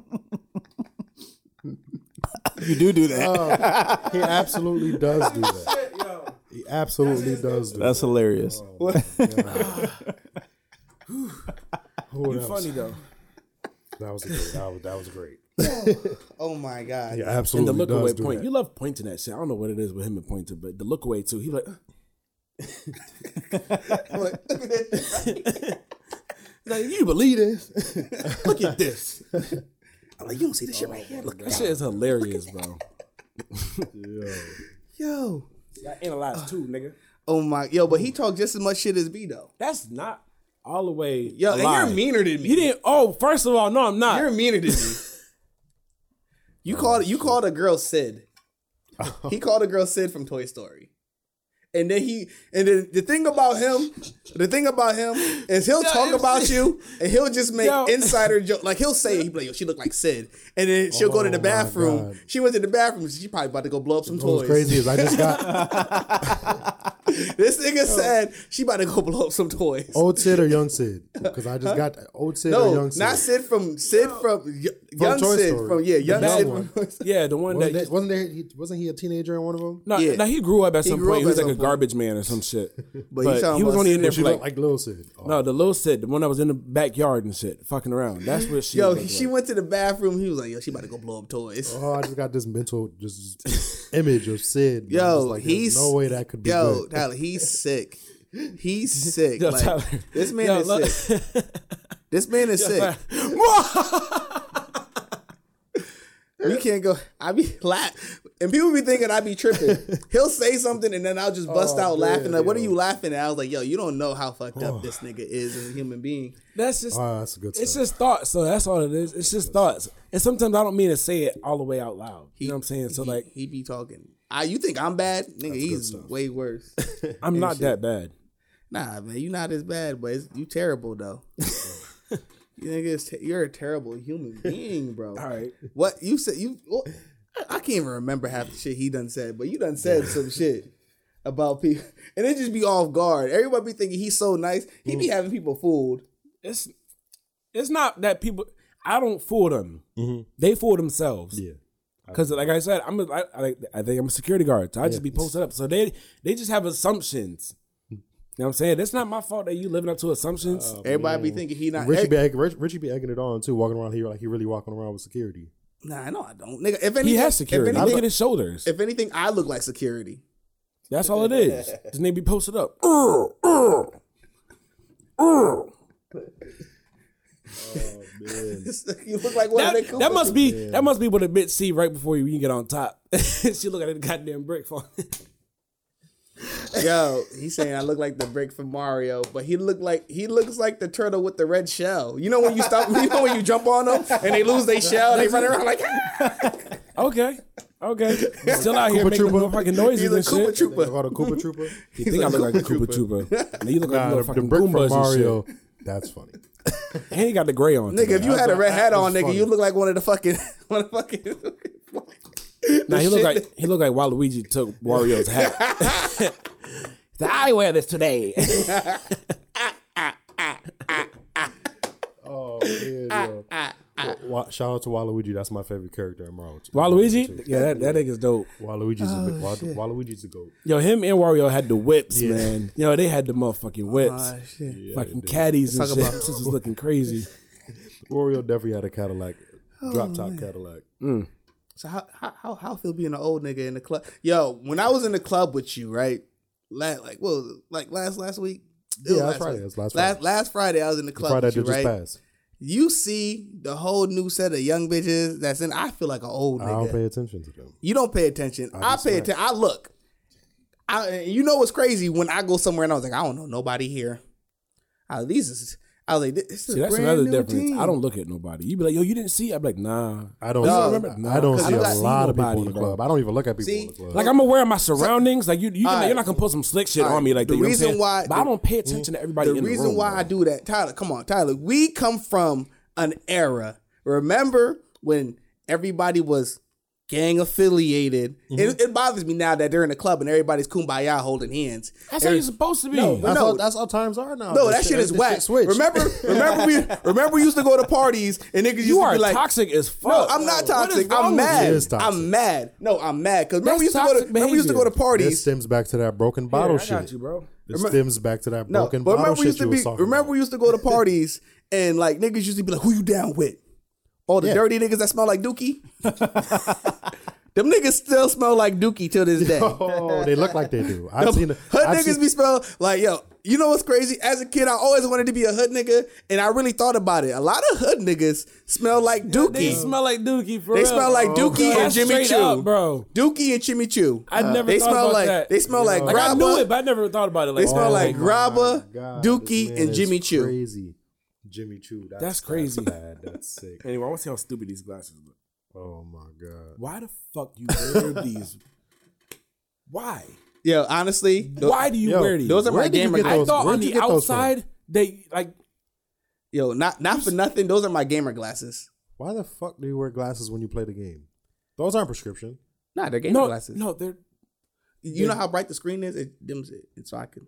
[SPEAKER 1] you do do that.
[SPEAKER 3] He absolutely does do that. He absolutely does do
[SPEAKER 1] That's hilarious.
[SPEAKER 3] that. Oh, that, was,
[SPEAKER 4] funny though.
[SPEAKER 3] that was great. That was, that was great.
[SPEAKER 2] Oh my god.
[SPEAKER 3] He
[SPEAKER 4] And the
[SPEAKER 3] absolutely
[SPEAKER 4] look
[SPEAKER 3] does
[SPEAKER 4] away
[SPEAKER 3] do
[SPEAKER 4] point,
[SPEAKER 3] that.
[SPEAKER 4] you love pointing at shit. I don't know what it is with him and pointing, but the look away too. He like,
[SPEAKER 2] I'm like, look at that.
[SPEAKER 4] Like you believe this?
[SPEAKER 2] Look at this. I'm like, you don't see this shit right here. Look,
[SPEAKER 4] That shit is hilarious, bro.
[SPEAKER 2] yo.
[SPEAKER 4] I analyze too, nigga.
[SPEAKER 2] Oh my, yo, but he talked just as much shit as B though.
[SPEAKER 4] That's not all the way.
[SPEAKER 2] Yo,
[SPEAKER 4] Yo,
[SPEAKER 2] and you're meaner than me.
[SPEAKER 4] You didn't. Oh, first of all, no, I'm not.
[SPEAKER 2] You're meaner than me. You called
[SPEAKER 3] Oh,
[SPEAKER 2] you called a girl Sid. He called a girl Sid from Toy Story. And then he and then the thing about him, the thing about him is he'll talk about you and he'll just make
[SPEAKER 4] Yo.
[SPEAKER 2] insider joke. Like he'll say he be like, yo, she looked like Sid. And then she'll go to the
[SPEAKER 3] Oh my
[SPEAKER 2] bathroom.
[SPEAKER 3] God.
[SPEAKER 2] She went to the bathroom. She probably about to go blow up some
[SPEAKER 3] What was
[SPEAKER 2] toys.
[SPEAKER 3] crazy is I just got
[SPEAKER 2] This nigga said she about to go blow up some toys.
[SPEAKER 3] old Sid or young Sid because I just got old Sid or
[SPEAKER 2] no,
[SPEAKER 3] young Sid.
[SPEAKER 2] not Sid from Sid from, y- young
[SPEAKER 3] Toy
[SPEAKER 2] Sid
[SPEAKER 3] Story.
[SPEAKER 2] from yeah,
[SPEAKER 3] The
[SPEAKER 2] young
[SPEAKER 3] bad
[SPEAKER 2] Sid
[SPEAKER 3] one.
[SPEAKER 2] from
[SPEAKER 4] Yeah, the one
[SPEAKER 3] Wasn't,
[SPEAKER 4] that.
[SPEAKER 3] that, wasn't there? He, wasn't he a teenager in one of them?
[SPEAKER 4] no,
[SPEAKER 2] Yeah.
[SPEAKER 4] no, he grew up at some
[SPEAKER 2] grew
[SPEAKER 4] point.
[SPEAKER 2] up
[SPEAKER 4] He was
[SPEAKER 2] at
[SPEAKER 4] like
[SPEAKER 2] some
[SPEAKER 4] a
[SPEAKER 2] point.
[SPEAKER 4] garbage man or some shit. But,
[SPEAKER 2] you talking
[SPEAKER 4] he was
[SPEAKER 2] about
[SPEAKER 4] only in there
[SPEAKER 3] She
[SPEAKER 4] for
[SPEAKER 3] like,
[SPEAKER 4] like,
[SPEAKER 3] like little Sid. Oh,
[SPEAKER 4] no, the little Sid, the one that was in the backyard and shit, fucking around. That's where she.
[SPEAKER 2] Yo,
[SPEAKER 4] looked
[SPEAKER 2] she
[SPEAKER 4] like.
[SPEAKER 2] went to the bathroom. He was like, "Yo, she about to go blow up toys."
[SPEAKER 3] oh, I just got this mental just this image of Sid. and I'm
[SPEAKER 2] yo,
[SPEAKER 3] just like, there's
[SPEAKER 2] he's
[SPEAKER 3] no way that could be
[SPEAKER 2] Yo,
[SPEAKER 3] good.
[SPEAKER 2] Tyler, he's sick. He's sick.
[SPEAKER 4] Yo,
[SPEAKER 2] like,
[SPEAKER 4] Tyler.
[SPEAKER 2] This man
[SPEAKER 4] Yo,
[SPEAKER 2] is
[SPEAKER 4] look.
[SPEAKER 2] sick. This man is sick. We can't go. I be laugh, and people be thinking I be tripping. He'll say something, and then I'll just
[SPEAKER 3] Oh,
[SPEAKER 2] bust out laughing. Like, what are you laughing at? I was like, yo, you don't know how fucked up this nigga is as a human being.
[SPEAKER 4] That's just.
[SPEAKER 3] Oh, that's a good
[SPEAKER 4] It's
[SPEAKER 3] stuff.
[SPEAKER 4] just thoughts, Ah, so that's all it is. It's just thoughts, and sometimes I don't mean to say it all the way out loud. You know what I'm saying? So
[SPEAKER 2] He-
[SPEAKER 4] like,
[SPEAKER 2] he be talking. I, you think I'm bad, nigga? He's way worse.
[SPEAKER 4] I'm not that bad.
[SPEAKER 2] Nah, man, you not as bad, but it's, you terrible though. you think it's te- you're a terrible human being, bro.
[SPEAKER 4] All right,
[SPEAKER 2] What you said? You well, I, I can't even remember half the shit he done said, but you done said some shit about people, and it just be off guard. Everybody be thinking he's so nice. He
[SPEAKER 4] Mm.
[SPEAKER 2] be having people fooled.
[SPEAKER 4] it's it's not that people. I don't fool them.
[SPEAKER 2] Mm-hmm.
[SPEAKER 4] They fool themselves.
[SPEAKER 3] yeah.
[SPEAKER 4] Because like I said, I'm a, I, I, I think I'm a security guard, so I just be posted up. So they they just have assumptions.
[SPEAKER 2] Mm.
[SPEAKER 4] You know what I'm saying? That's not my fault that you living up to assumptions.
[SPEAKER 2] Everybody
[SPEAKER 4] Mm.
[SPEAKER 2] be thinking he not. eh,
[SPEAKER 3] Richie
[SPEAKER 2] Every,
[SPEAKER 3] be egg, Rich, Richie be egging it on too, walking around here like he really walking around with security.
[SPEAKER 2] nah, no, I don't, nigga. If anything,
[SPEAKER 4] he has
[SPEAKER 2] If
[SPEAKER 4] security. I look
[SPEAKER 2] anything,
[SPEAKER 4] at his shoulders.
[SPEAKER 2] if anything, I look like security.
[SPEAKER 4] That's all it is. Just need to be posted up.
[SPEAKER 2] you look like one of the
[SPEAKER 4] that,
[SPEAKER 2] Koopas.
[SPEAKER 4] that must be that must be what a bitch see right before you, you get on top. she look at the goddamn brick phone.
[SPEAKER 2] Yo, he's saying I look like the brick from Mario, but he look like he looks like the turtle with the red shell. You know when you stop, you know when you jump on them and they lose their shell, they run around like ah!
[SPEAKER 4] okay, okay, still out here making
[SPEAKER 3] Trooper.
[SPEAKER 4] fucking
[SPEAKER 2] he's
[SPEAKER 4] noises
[SPEAKER 2] a
[SPEAKER 4] and
[SPEAKER 2] Koopa
[SPEAKER 4] shit.
[SPEAKER 3] They
[SPEAKER 2] Trooper.
[SPEAKER 3] call it a Koopa Trooper.
[SPEAKER 4] You think I look like a Koopa Troopa? Now you look like
[SPEAKER 3] Nah,
[SPEAKER 4] a
[SPEAKER 3] the, the
[SPEAKER 4] fucking
[SPEAKER 3] brick from
[SPEAKER 4] Goombas and
[SPEAKER 3] Mario.
[SPEAKER 4] shit.
[SPEAKER 3] That's funny.
[SPEAKER 4] And he got the gray on.
[SPEAKER 2] Nigga,
[SPEAKER 4] today.
[SPEAKER 2] if you had a red hat on,
[SPEAKER 3] That's
[SPEAKER 2] nigga,
[SPEAKER 3] funny.
[SPEAKER 2] you look like one of the fucking one of the fucking.
[SPEAKER 4] Now he looked
[SPEAKER 2] shit-
[SPEAKER 4] like he looked like Waluigi took Wario's hat. He's like, I wear this today.
[SPEAKER 3] Oh man,
[SPEAKER 4] Ah,
[SPEAKER 3] yo. Wa- wa- shout out to Waluigi. That's my favorite character in Mario.
[SPEAKER 4] Waluigi, yeah, Oh, that, that nigga's dope.
[SPEAKER 3] Waluigi's a big, Wa- Waluigi's a goat.
[SPEAKER 4] Yo, him and Wario had the whips, man. Yo, they had the motherfucking whips, fucking caddies and
[SPEAKER 2] Talk
[SPEAKER 4] shit.
[SPEAKER 2] about-
[SPEAKER 4] This was looking crazy.
[SPEAKER 3] Wario definitely had a Cadillac,
[SPEAKER 4] Oh,
[SPEAKER 3] drop top Cadillac.
[SPEAKER 2] So how how how how feel being an old nigga in the club? Yo, when I was in the club with you, right? Like like what was it? like last last week. It was
[SPEAKER 3] Yeah, last Friday.
[SPEAKER 2] week.
[SPEAKER 3] It was last
[SPEAKER 2] last
[SPEAKER 3] Friday.
[SPEAKER 2] last Friday I was in the club.
[SPEAKER 3] Friday
[SPEAKER 2] with you,
[SPEAKER 3] that just
[SPEAKER 2] right?
[SPEAKER 3] passed.
[SPEAKER 2] You see the whole new set of young bitches that's in. I feel like an old
[SPEAKER 3] I don't
[SPEAKER 2] nigga.
[SPEAKER 3] pay attention to them.
[SPEAKER 2] You don't pay attention.
[SPEAKER 4] Oh,
[SPEAKER 2] I, pay attention. I look. I and you know what's crazy when I go somewhere and I was like, I don't know nobody here. I, these is I was like, this is
[SPEAKER 4] See,
[SPEAKER 2] a
[SPEAKER 4] that's
[SPEAKER 2] brand
[SPEAKER 4] another
[SPEAKER 2] new
[SPEAKER 4] difference.
[SPEAKER 2] team.
[SPEAKER 4] I don't look at nobody. You be like, yo, you didn't see? I'm like, nah.
[SPEAKER 3] I don't.
[SPEAKER 2] No,
[SPEAKER 3] see,
[SPEAKER 2] remember-
[SPEAKER 3] I don't
[SPEAKER 2] nah,
[SPEAKER 3] see a
[SPEAKER 2] 'cause I don't
[SPEAKER 3] lot
[SPEAKER 4] see
[SPEAKER 3] of people in
[SPEAKER 4] nobody,
[SPEAKER 3] the
[SPEAKER 4] bro.
[SPEAKER 3] club. I don't even look at people
[SPEAKER 2] See?
[SPEAKER 3] in the club.
[SPEAKER 4] Like I'm aware of my surroundings. like you, you can,
[SPEAKER 2] Alright.
[SPEAKER 4] you're not gonna put some slick shit on me like
[SPEAKER 2] The
[SPEAKER 4] that. you know what I'm
[SPEAKER 2] reason
[SPEAKER 4] saying?
[SPEAKER 2] why-
[SPEAKER 4] but I don't pay attention to everybody.
[SPEAKER 2] the
[SPEAKER 4] in
[SPEAKER 2] reason
[SPEAKER 4] the room,
[SPEAKER 2] why
[SPEAKER 4] bro.
[SPEAKER 2] I do that, Tyler. Come on, Tyler. We come from an era. Remember when everybody was gang affiliated?
[SPEAKER 4] Mm-hmm.
[SPEAKER 2] It, it bothers me now that they're in a club and everybody's kumbaya holding hands.
[SPEAKER 4] That's how you're supposed to be.
[SPEAKER 2] but-
[SPEAKER 3] that's,
[SPEAKER 2] no.
[SPEAKER 3] how, that's how times are now.
[SPEAKER 2] No,
[SPEAKER 3] This
[SPEAKER 2] that shit is
[SPEAKER 3] this
[SPEAKER 2] whack.
[SPEAKER 3] switched.
[SPEAKER 2] Remember, remember we remember we used to go to parties and niggas used
[SPEAKER 4] you
[SPEAKER 2] to
[SPEAKER 4] are
[SPEAKER 2] be like
[SPEAKER 4] toxic as fuck.
[SPEAKER 2] No, I'm not
[SPEAKER 4] What is
[SPEAKER 2] toxic.
[SPEAKER 4] wrong
[SPEAKER 2] I'm
[SPEAKER 4] with you?
[SPEAKER 2] mad.
[SPEAKER 3] is toxic.
[SPEAKER 2] I'm mad. No, I'm mad because remember
[SPEAKER 4] That's
[SPEAKER 2] we used to go to
[SPEAKER 4] toxic
[SPEAKER 2] remember we used to go to
[SPEAKER 4] behavior.
[SPEAKER 2] parties.
[SPEAKER 3] This stems back to that broken bottle
[SPEAKER 4] I
[SPEAKER 3] shit.
[SPEAKER 4] got you, bro.
[SPEAKER 3] This stems back to that
[SPEAKER 2] no,
[SPEAKER 3] broken
[SPEAKER 2] but
[SPEAKER 3] bottle
[SPEAKER 2] remember we
[SPEAKER 3] shit
[SPEAKER 2] used to
[SPEAKER 3] you
[SPEAKER 2] be.
[SPEAKER 3] was talking
[SPEAKER 2] Remember
[SPEAKER 3] about.
[SPEAKER 2] we used to go to parties and like niggas used to be like, "Who you down with?" All the
[SPEAKER 3] Yeah.
[SPEAKER 2] dirty niggas that smell like Dookie. Them niggas still smell like dookie till this day.
[SPEAKER 3] Oh, they look like they do. I've seen
[SPEAKER 2] Them hood
[SPEAKER 3] I've
[SPEAKER 2] niggas
[SPEAKER 3] seen-
[SPEAKER 2] be spelled like yo. You know what's crazy? As a kid, I always wanted to be a hood nigga, and I really thought about it. A lot of hood niggas smell like Dookie.
[SPEAKER 4] They smell like Dookie for
[SPEAKER 2] They
[SPEAKER 4] real.
[SPEAKER 2] smell like Dookie and
[SPEAKER 4] That's
[SPEAKER 2] Jimmy
[SPEAKER 4] straight
[SPEAKER 2] Choo,
[SPEAKER 4] up, bro.
[SPEAKER 2] Dookie and Jimmy Choo.
[SPEAKER 4] I never
[SPEAKER 2] They
[SPEAKER 4] thought
[SPEAKER 2] smell
[SPEAKER 4] about
[SPEAKER 2] like
[SPEAKER 4] that.
[SPEAKER 2] they smell like
[SPEAKER 4] Like I knew it,
[SPEAKER 2] grabba.
[SPEAKER 4] but I never thought about it. Like
[SPEAKER 2] They smell
[SPEAKER 4] that.
[SPEAKER 2] like Grabba,
[SPEAKER 3] Oh God, this
[SPEAKER 2] Dookie,
[SPEAKER 3] man
[SPEAKER 2] and
[SPEAKER 3] is
[SPEAKER 2] Jimmy Choo.
[SPEAKER 3] Crazy, Jimmy Choo. That's,
[SPEAKER 4] That's crazy.
[SPEAKER 3] That's bad. That's sick.
[SPEAKER 4] Anyway, I want to see how stupid these glasses look.
[SPEAKER 3] Oh my god.
[SPEAKER 4] Why the fuck you wear these? Why?
[SPEAKER 2] Yo, honestly, th-
[SPEAKER 4] Why do you
[SPEAKER 3] Yo,
[SPEAKER 4] wear these?
[SPEAKER 2] those are
[SPEAKER 3] Where
[SPEAKER 2] my
[SPEAKER 3] did you
[SPEAKER 2] gamer.
[SPEAKER 3] get
[SPEAKER 4] I
[SPEAKER 3] those-
[SPEAKER 4] thought
[SPEAKER 3] where'd
[SPEAKER 4] on
[SPEAKER 3] you
[SPEAKER 4] the
[SPEAKER 3] get those from?
[SPEAKER 4] outside they like
[SPEAKER 2] Yo, not not for nothing. Those are my gamer glasses.
[SPEAKER 3] Why the fuck do you wear glasses when you play the game? Those aren't prescription.
[SPEAKER 2] Nah, they're gamer
[SPEAKER 4] no
[SPEAKER 2] glasses.
[SPEAKER 4] no they're
[SPEAKER 2] you know how bright the screen is. It dims it, and so I can.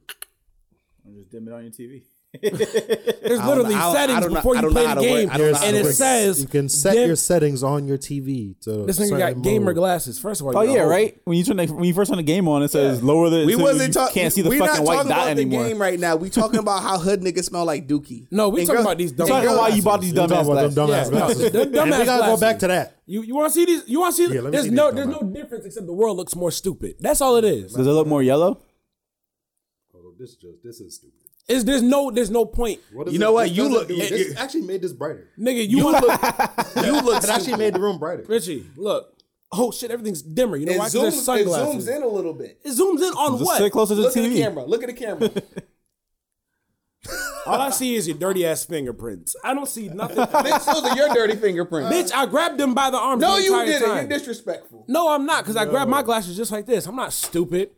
[SPEAKER 1] Or just dim it on your TV.
[SPEAKER 4] there's
[SPEAKER 2] I don't
[SPEAKER 4] literally
[SPEAKER 2] know. I don't- I
[SPEAKER 4] settings
[SPEAKER 2] don't know-
[SPEAKER 4] before
[SPEAKER 2] I
[SPEAKER 4] you
[SPEAKER 2] don't know
[SPEAKER 4] play
[SPEAKER 2] how
[SPEAKER 4] the
[SPEAKER 2] to work-
[SPEAKER 4] game
[SPEAKER 2] I don't know how
[SPEAKER 4] and
[SPEAKER 2] to
[SPEAKER 4] it
[SPEAKER 2] work.
[SPEAKER 4] says
[SPEAKER 3] You can set
[SPEAKER 4] dim-
[SPEAKER 3] your settings on your TV to.
[SPEAKER 4] this nigga got
[SPEAKER 3] certain
[SPEAKER 4] gamer
[SPEAKER 3] mode.
[SPEAKER 4] glasses. First of all,
[SPEAKER 6] Oh
[SPEAKER 4] you got
[SPEAKER 6] yeah,
[SPEAKER 4] old.
[SPEAKER 6] right. When you turn the, when you first turn the game on, it says lower the.
[SPEAKER 2] We
[SPEAKER 6] so
[SPEAKER 2] wasn't
[SPEAKER 6] you
[SPEAKER 2] talking.
[SPEAKER 6] Can't see the fucking white dot anymore.
[SPEAKER 2] the game right now. We talking about how hood niggas smell like Dookie.
[SPEAKER 4] No, we
[SPEAKER 2] And
[SPEAKER 4] talking
[SPEAKER 2] girl-
[SPEAKER 4] about these dumb
[SPEAKER 2] and
[SPEAKER 6] You're talking
[SPEAKER 2] girl-
[SPEAKER 6] why you bought
[SPEAKER 3] You
[SPEAKER 6] these
[SPEAKER 3] talking
[SPEAKER 6] dumbass
[SPEAKER 3] about
[SPEAKER 6] glasses.
[SPEAKER 3] them dumbass
[SPEAKER 4] Yeah, no,
[SPEAKER 3] glasses.
[SPEAKER 4] the
[SPEAKER 3] And we
[SPEAKER 4] dumbass
[SPEAKER 3] gotta go
[SPEAKER 4] glasses.
[SPEAKER 3] back to that.
[SPEAKER 4] You you want to see these? You want to see?
[SPEAKER 3] Yeah, let me
[SPEAKER 4] there's
[SPEAKER 3] see these
[SPEAKER 4] no
[SPEAKER 3] dumb
[SPEAKER 4] there's no
[SPEAKER 3] mouths.
[SPEAKER 4] difference except the world looks more stupid. That's all it is.
[SPEAKER 6] Does it look more yellow?
[SPEAKER 3] This just this is stupid.
[SPEAKER 4] Is there's no there's no point,
[SPEAKER 3] What is
[SPEAKER 2] You know
[SPEAKER 3] it-
[SPEAKER 2] what?
[SPEAKER 3] this
[SPEAKER 2] You
[SPEAKER 3] doesn't
[SPEAKER 2] look-
[SPEAKER 3] do-
[SPEAKER 2] it-
[SPEAKER 3] This
[SPEAKER 2] it-
[SPEAKER 3] actually made this brighter.
[SPEAKER 4] nigga. You, look
[SPEAKER 2] You look
[SPEAKER 3] It actually
[SPEAKER 2] stupid.
[SPEAKER 3] made the room brighter.
[SPEAKER 4] Richie. Look, oh shit, everything's dimmer. You know
[SPEAKER 2] It
[SPEAKER 4] why? 'Cause there's
[SPEAKER 2] zooms, it
[SPEAKER 4] sunglasses.
[SPEAKER 2] zooms in a little bit.
[SPEAKER 4] It zooms in on
[SPEAKER 6] Just
[SPEAKER 4] what?
[SPEAKER 6] sit closer to the
[SPEAKER 2] Look at the
[SPEAKER 6] TV.
[SPEAKER 2] camera. Look at the camera.
[SPEAKER 4] All I see is your dirty ass fingerprints. I don't see nothing.
[SPEAKER 2] Bitch, those are your dirty fingerprints.
[SPEAKER 4] Bitch, I grabbed them by the arms.
[SPEAKER 2] no,
[SPEAKER 4] the
[SPEAKER 2] you
[SPEAKER 4] entire
[SPEAKER 2] didn't. You're
[SPEAKER 4] time.
[SPEAKER 2] disrespectful.
[SPEAKER 4] no, I'm not, because I grabbed my glasses just like this. I'm not stupid.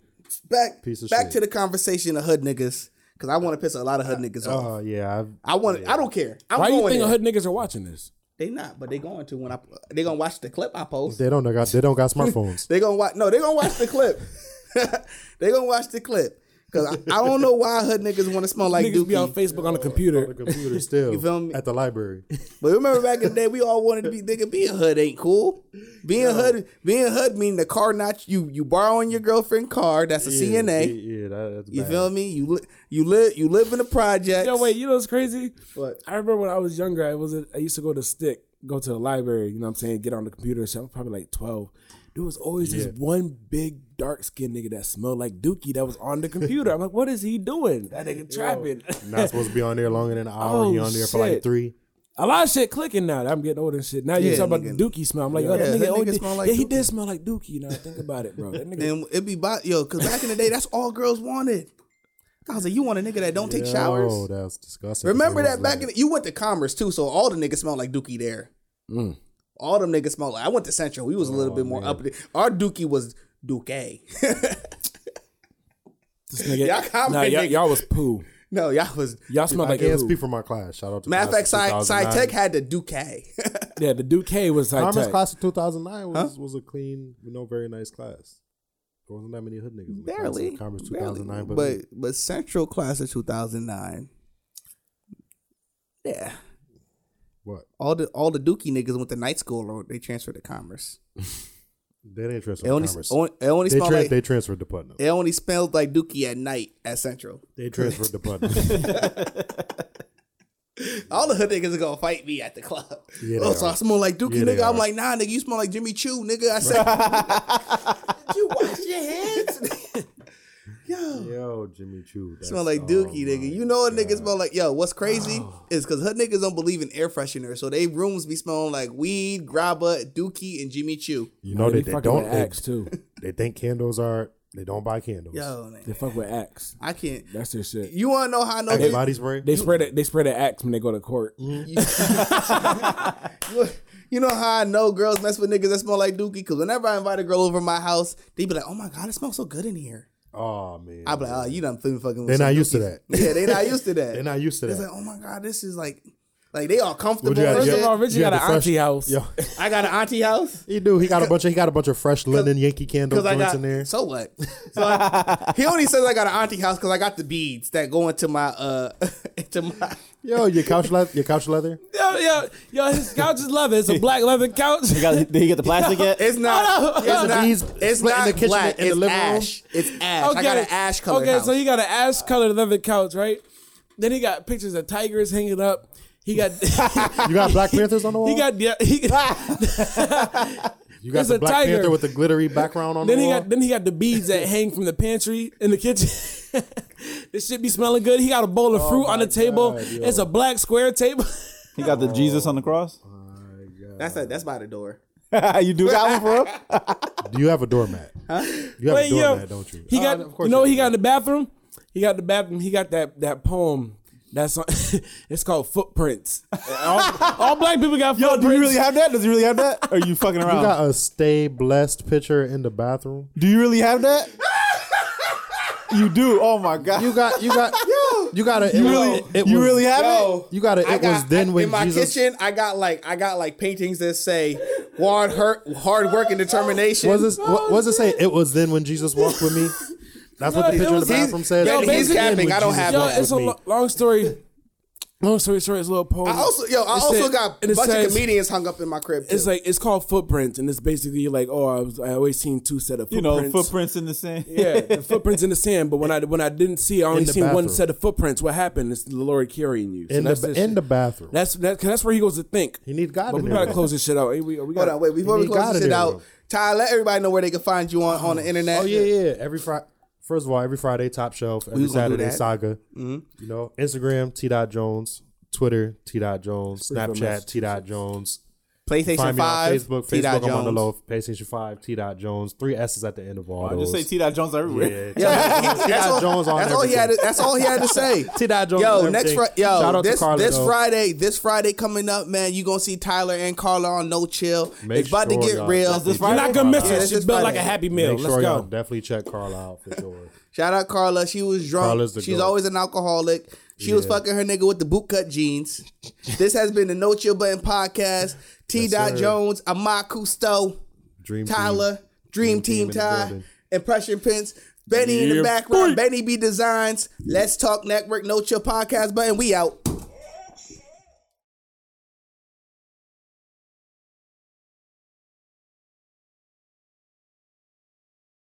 [SPEAKER 2] Back,
[SPEAKER 3] Piece of
[SPEAKER 2] back
[SPEAKER 3] shit.
[SPEAKER 2] to the conversation of hood niggas, because I want to piss a lot of hood niggas off.
[SPEAKER 3] Oh yeah, I've,
[SPEAKER 2] I want. I don't care. I'm
[SPEAKER 4] Why do you
[SPEAKER 2] going.
[SPEAKER 4] think
[SPEAKER 2] there.
[SPEAKER 4] hood niggas are watching this?
[SPEAKER 2] they not, but they going to when I. They gonna watch the clip I post.
[SPEAKER 3] they don't got they don't got smartphones.
[SPEAKER 2] They gonna watch. No, they gonna watch the clip. they gonna watch the clip because I, I don't know why hood niggas want to smell like
[SPEAKER 4] niggas be
[SPEAKER 2] Dookie.
[SPEAKER 4] on Facebook on the computer.
[SPEAKER 3] computer still.
[SPEAKER 2] You feel me?
[SPEAKER 3] At the library.
[SPEAKER 2] But remember back in the day, we all wanted to be nigga. Being hood ain't cool. Being hood, being hood mean the car not you. You borrowing your girlfriend car. That's a
[SPEAKER 3] Yeah,
[SPEAKER 2] CNA.
[SPEAKER 3] yeah, that, that's
[SPEAKER 2] You
[SPEAKER 3] bad.
[SPEAKER 2] feel me? You li- you live you live in the project.
[SPEAKER 4] Yo, wait, you know what's crazy?
[SPEAKER 2] What?
[SPEAKER 4] I remember when I was younger, I was I used to go to Stick, go to the library, you know what I'm saying, get on the computer and shit. I was probably like 12. There was always this one big dark skinned nigga that smelled like Dookie that was on the computer. I'm like, what is he doing? That nigga trapping.
[SPEAKER 3] Not supposed to be on there longer than an hour.
[SPEAKER 4] Oh,
[SPEAKER 3] you on there for like
[SPEAKER 4] shit.
[SPEAKER 3] three.
[SPEAKER 4] A lot of shit clicking now that I'm getting older and shit. Now you
[SPEAKER 2] Yeah,
[SPEAKER 4] talk about the
[SPEAKER 2] nigga.
[SPEAKER 4] Dookie smell. I'm like, oh,
[SPEAKER 2] Yeah,
[SPEAKER 4] that nigga,
[SPEAKER 2] that
[SPEAKER 4] oh, he
[SPEAKER 2] nigga
[SPEAKER 4] did-
[SPEAKER 2] smell like
[SPEAKER 4] yeah, he
[SPEAKER 2] Dookie.
[SPEAKER 4] did smell like Dookie. Now I think about it, bro. That nigga,
[SPEAKER 2] And it be by yo because back in the day, that's all girls wanted. I was like, you want a nigga that don't take showers.
[SPEAKER 3] Oh, that's disgusting.
[SPEAKER 2] Remember that back in you went to Commerce too, so all the niggas smelled like Dookie there.
[SPEAKER 3] Mm.
[SPEAKER 2] All them niggas smelled like I went to Central. We was a
[SPEAKER 3] Oh,
[SPEAKER 2] little bit more up. there. Our Dookie was Duke.
[SPEAKER 4] this nigga
[SPEAKER 2] Y'all comment,
[SPEAKER 4] nah, y'all,
[SPEAKER 2] nigga.
[SPEAKER 4] y'all was poo.
[SPEAKER 2] no, y'all was.
[SPEAKER 4] Y'all smelled
[SPEAKER 3] I
[SPEAKER 4] like
[SPEAKER 3] can't
[SPEAKER 4] poo.
[SPEAKER 3] speak for my class. Shout out to
[SPEAKER 2] Matter of fact,
[SPEAKER 3] class
[SPEAKER 2] Sci-
[SPEAKER 3] of
[SPEAKER 2] SciTech
[SPEAKER 3] 2009.
[SPEAKER 2] had the Duke.
[SPEAKER 4] Yeah, the Duque was like
[SPEAKER 3] Commerce class of 2009 was, was a clean, you know, very nice class. There wasn't that many hood niggas. in the class of
[SPEAKER 2] barely.
[SPEAKER 3] Commerce
[SPEAKER 2] barely.
[SPEAKER 3] 2009,
[SPEAKER 2] but,
[SPEAKER 3] but
[SPEAKER 2] but Central class of two thousand nine. Yeah,
[SPEAKER 3] what?
[SPEAKER 2] all the all the Dookie niggas went to night school or they transferred to Commerce.
[SPEAKER 3] They didn't transfer
[SPEAKER 2] It
[SPEAKER 3] to
[SPEAKER 2] only,
[SPEAKER 3] Commerce.
[SPEAKER 2] only, it only
[SPEAKER 3] They,
[SPEAKER 2] smelled
[SPEAKER 3] tran-
[SPEAKER 2] like
[SPEAKER 3] they transferred to Putnam.
[SPEAKER 2] it only smelled like Dookie at night at Central.
[SPEAKER 3] They transferred to Putnam.
[SPEAKER 2] All the hood niggas are gonna fight me at the club.
[SPEAKER 3] Yeah, they
[SPEAKER 2] oh, so
[SPEAKER 3] are.
[SPEAKER 2] I smell like Dookie,
[SPEAKER 3] Yeah, they
[SPEAKER 2] nigga. I'm
[SPEAKER 3] are.
[SPEAKER 2] like, nah, nigga, you smell like Jimmy Choo, nigga. I said, Did you wash your hands? yo,
[SPEAKER 3] Yo, Jimmy Choo. that's-
[SPEAKER 2] smell like
[SPEAKER 3] oh
[SPEAKER 2] Dookie, nigga.
[SPEAKER 3] my
[SPEAKER 2] You know what niggas
[SPEAKER 3] God. Oh.
[SPEAKER 2] smell like? Yo, what's crazy is because hood niggas don't believe in air freshener, so they rooms be smelling like weed, grabba, Dookie, and Jimmy Choo.
[SPEAKER 3] You know
[SPEAKER 4] Oh, they
[SPEAKER 3] that they
[SPEAKER 4] fucking
[SPEAKER 3] don't.
[SPEAKER 4] with
[SPEAKER 3] They,
[SPEAKER 4] Axe too.
[SPEAKER 3] they think candles are. They don't buy candles.
[SPEAKER 2] Yo, nigga,
[SPEAKER 4] They fuck with Axe.
[SPEAKER 2] I can't.
[SPEAKER 4] That's their shit.
[SPEAKER 2] You wanna know how I know?
[SPEAKER 3] Axe
[SPEAKER 2] They,
[SPEAKER 3] body spray.
[SPEAKER 4] They spread it. They spread an axe when they go to court.
[SPEAKER 2] you know how I know girls mess with niggas that smell like Dookie? Because whenever I invite a girl over my house, they be like, oh my god, it smells so good in here.
[SPEAKER 3] oh man.
[SPEAKER 2] I be like, oh, you done fucking fucking. with
[SPEAKER 3] They're not
[SPEAKER 2] some
[SPEAKER 3] used to
[SPEAKER 2] dookies."
[SPEAKER 3] that.
[SPEAKER 2] Yeah, they not used to that.
[SPEAKER 3] They're not used to
[SPEAKER 2] It's
[SPEAKER 3] that.
[SPEAKER 2] like, oh my god, this is like, like they all comfortable.
[SPEAKER 3] Would you have-
[SPEAKER 2] and
[SPEAKER 4] First
[SPEAKER 2] shit.
[SPEAKER 4] of all, Richie
[SPEAKER 3] you
[SPEAKER 4] got
[SPEAKER 3] had
[SPEAKER 4] an
[SPEAKER 3] the fresh-
[SPEAKER 4] auntie house.
[SPEAKER 3] Yo,
[SPEAKER 2] I got an auntie house
[SPEAKER 3] he do. He got a bunch of he got a bunch of fresh linen Yankee candle
[SPEAKER 2] because I
[SPEAKER 3] joints
[SPEAKER 2] got.
[SPEAKER 3] in there.
[SPEAKER 2] So what? So I, he only says I got an auntie house because I got the beads that go into my uh into my.
[SPEAKER 3] Yo, your couch leather, your couch leather.
[SPEAKER 4] Yo, yo, yo, his couch is leather. It's a black leather couch.
[SPEAKER 6] You got, did he get the plastic yet?
[SPEAKER 2] It's not. It's
[SPEAKER 3] There's a
[SPEAKER 2] not.
[SPEAKER 3] beads
[SPEAKER 2] It's
[SPEAKER 3] split in
[SPEAKER 2] not
[SPEAKER 3] the kitchen
[SPEAKER 2] black.
[SPEAKER 3] in the
[SPEAKER 2] it's
[SPEAKER 3] living room.
[SPEAKER 2] ash. It's ash. I got an ash color.
[SPEAKER 4] Okay, so he got an ash colored leather couch, right? Then he got pictures of tigers hanging up. He got
[SPEAKER 3] You got Black Panthers on the wall.
[SPEAKER 4] he got yeah, he,
[SPEAKER 3] You got
[SPEAKER 4] It's
[SPEAKER 3] the
[SPEAKER 4] a
[SPEAKER 3] Black
[SPEAKER 4] tiger.
[SPEAKER 3] Panther with the glittery background on
[SPEAKER 4] Then
[SPEAKER 3] the
[SPEAKER 4] he
[SPEAKER 3] wall.
[SPEAKER 4] got then he got the beads that hang from the pantry in the kitchen. this shit be smelling good. He got a bowl
[SPEAKER 2] Oh
[SPEAKER 4] of fruit on the table. it's a black square table.
[SPEAKER 6] He got the Jesus on the cross.
[SPEAKER 2] That's a, that's by the door.
[SPEAKER 6] you do got one for him?
[SPEAKER 3] Do you have a doormat? You have
[SPEAKER 4] Wait,
[SPEAKER 3] a
[SPEAKER 4] yo,
[SPEAKER 3] doormat, don't you?
[SPEAKER 4] He
[SPEAKER 3] Uh,
[SPEAKER 4] got
[SPEAKER 3] of
[SPEAKER 4] you
[SPEAKER 3] course
[SPEAKER 4] know what
[SPEAKER 3] you
[SPEAKER 4] he
[SPEAKER 3] have
[SPEAKER 4] got in the bathroom? He got the bathroom. He got that that poem. That's on, it's called Footprints. all, all black people got
[SPEAKER 6] Yo,
[SPEAKER 4] footprints.
[SPEAKER 6] do you really have that? Does he really have that? Or are you fucking
[SPEAKER 3] a- You
[SPEAKER 6] around?
[SPEAKER 3] got a stay blessed picture in the bathroom.
[SPEAKER 6] do you really have that? you do. Oh my god.
[SPEAKER 3] You got you got you got a
[SPEAKER 6] You really, you really have
[SPEAKER 2] Yo,
[SPEAKER 3] You got a,
[SPEAKER 2] I
[SPEAKER 3] it was then
[SPEAKER 2] I-
[SPEAKER 3] when
[SPEAKER 2] in my
[SPEAKER 3] Jesus
[SPEAKER 2] kitchen I got like I got like paintings that say hard hurt hard work and determination.
[SPEAKER 3] was this what was it say? It was then when Jesus walked with me. That's what the picture in the
[SPEAKER 4] was- he's-
[SPEAKER 3] bathroom says.
[SPEAKER 2] yo,
[SPEAKER 3] It was
[SPEAKER 2] he's
[SPEAKER 3] then
[SPEAKER 2] capping.
[SPEAKER 3] when
[SPEAKER 2] I don't
[SPEAKER 3] Jesus
[SPEAKER 2] have
[SPEAKER 4] Yo,
[SPEAKER 3] walked
[SPEAKER 4] it's a
[SPEAKER 3] with me.
[SPEAKER 4] lo- long story. Long story short, it's a little poem.
[SPEAKER 2] I also yo, I
[SPEAKER 4] It
[SPEAKER 2] also
[SPEAKER 4] said-
[SPEAKER 2] got a
[SPEAKER 4] and it
[SPEAKER 2] bunch of
[SPEAKER 4] says-
[SPEAKER 2] comedians hung up in my crib. Too.
[SPEAKER 4] It's like it's called Footprints, and it's basically like, oh, I, was, I always seen two set of
[SPEAKER 6] You
[SPEAKER 4] footprints.
[SPEAKER 6] know, footprints in the sand.
[SPEAKER 4] Yeah, the footprints in the sand. But when I when I didn't see, I only
[SPEAKER 3] In the
[SPEAKER 4] seen one
[SPEAKER 3] bathroom.
[SPEAKER 4] set of footprints. What happened? It's Lori carrying you. So
[SPEAKER 3] in
[SPEAKER 4] that's
[SPEAKER 3] the
[SPEAKER 4] this
[SPEAKER 3] in
[SPEAKER 4] shit.
[SPEAKER 3] the bathroom.
[SPEAKER 4] that's that, 'cause that's where he goes to think.
[SPEAKER 3] He needs God
[SPEAKER 4] But
[SPEAKER 3] in
[SPEAKER 4] we
[SPEAKER 3] there.
[SPEAKER 4] gotta close this shit out. Hey, we, we
[SPEAKER 2] Hold
[SPEAKER 4] gotta,
[SPEAKER 2] on, wait, before we
[SPEAKER 3] You need
[SPEAKER 2] close
[SPEAKER 3] God
[SPEAKER 2] this
[SPEAKER 3] in
[SPEAKER 2] shit
[SPEAKER 3] there,
[SPEAKER 2] out,
[SPEAKER 3] bro.
[SPEAKER 2] Ty, let everybody know where they can find you on, on the internet.
[SPEAKER 3] Oh yeah, yeah. Every Friday, first of all, every Friday, top shelf. Every
[SPEAKER 2] was gonna do
[SPEAKER 3] Saturday,
[SPEAKER 2] that. Mm-hmm.
[SPEAKER 3] saga. You know, Instagram T dot Jones, Twitter T dot Jones, Snapchat T dot Jones.
[SPEAKER 2] PlayStation
[SPEAKER 3] Find me on
[SPEAKER 2] Five,
[SPEAKER 3] Facebook.
[SPEAKER 2] T.
[SPEAKER 3] Facebook, I'm on the
[SPEAKER 2] Jones.
[SPEAKER 3] low. PlayStation Five, T dot Jones. Three S's at the end of all
[SPEAKER 6] I
[SPEAKER 3] those.
[SPEAKER 6] just say T. Dot Jones everywhere.
[SPEAKER 3] yeah. T dot
[SPEAKER 2] all-
[SPEAKER 3] Jones on
[SPEAKER 2] That's all he had. To, that's all he had to say.
[SPEAKER 3] T dot Jones.
[SPEAKER 2] Yo,
[SPEAKER 3] on
[SPEAKER 2] next
[SPEAKER 3] everything.
[SPEAKER 2] Friday, yo,
[SPEAKER 3] Shout out
[SPEAKER 2] this
[SPEAKER 3] to Carla,
[SPEAKER 2] this
[SPEAKER 3] though.
[SPEAKER 2] Friday, this Friday coming up, man. You gonna see Tyler and Carla on No Chill.
[SPEAKER 3] Make
[SPEAKER 2] it's about
[SPEAKER 3] sure
[SPEAKER 2] to get
[SPEAKER 3] y'all-
[SPEAKER 2] real.
[SPEAKER 3] That's this
[SPEAKER 4] You're not gonna miss
[SPEAKER 2] Yeah,
[SPEAKER 4] it.
[SPEAKER 2] this
[SPEAKER 4] She's
[SPEAKER 2] is
[SPEAKER 4] built
[SPEAKER 2] Friday.
[SPEAKER 4] like a happy meal.
[SPEAKER 3] Make
[SPEAKER 4] Let's
[SPEAKER 3] sure y'all
[SPEAKER 4] go.
[SPEAKER 3] definitely check Carla out for sure.
[SPEAKER 2] Shout out Carla. She was drunk.
[SPEAKER 3] Carla's the
[SPEAKER 2] She's
[SPEAKER 3] goat.
[SPEAKER 2] always an alcoholic. She was fucking her nigga with the bootcut jeans. this has been the No Chill Button podcast. T.
[SPEAKER 3] Yes,
[SPEAKER 2] Dot
[SPEAKER 3] sir.
[SPEAKER 2] Jones, Amar Cousteau.
[SPEAKER 3] Dream Team.
[SPEAKER 2] Tyler, Dream,
[SPEAKER 3] Dream Team
[SPEAKER 2] Team,
[SPEAKER 3] in the
[SPEAKER 2] Ty,
[SPEAKER 3] building.
[SPEAKER 2] Impression Pence, Benny in the background, Benny B Designs, Let's Talk Network, No Chill Podcast Button. We out.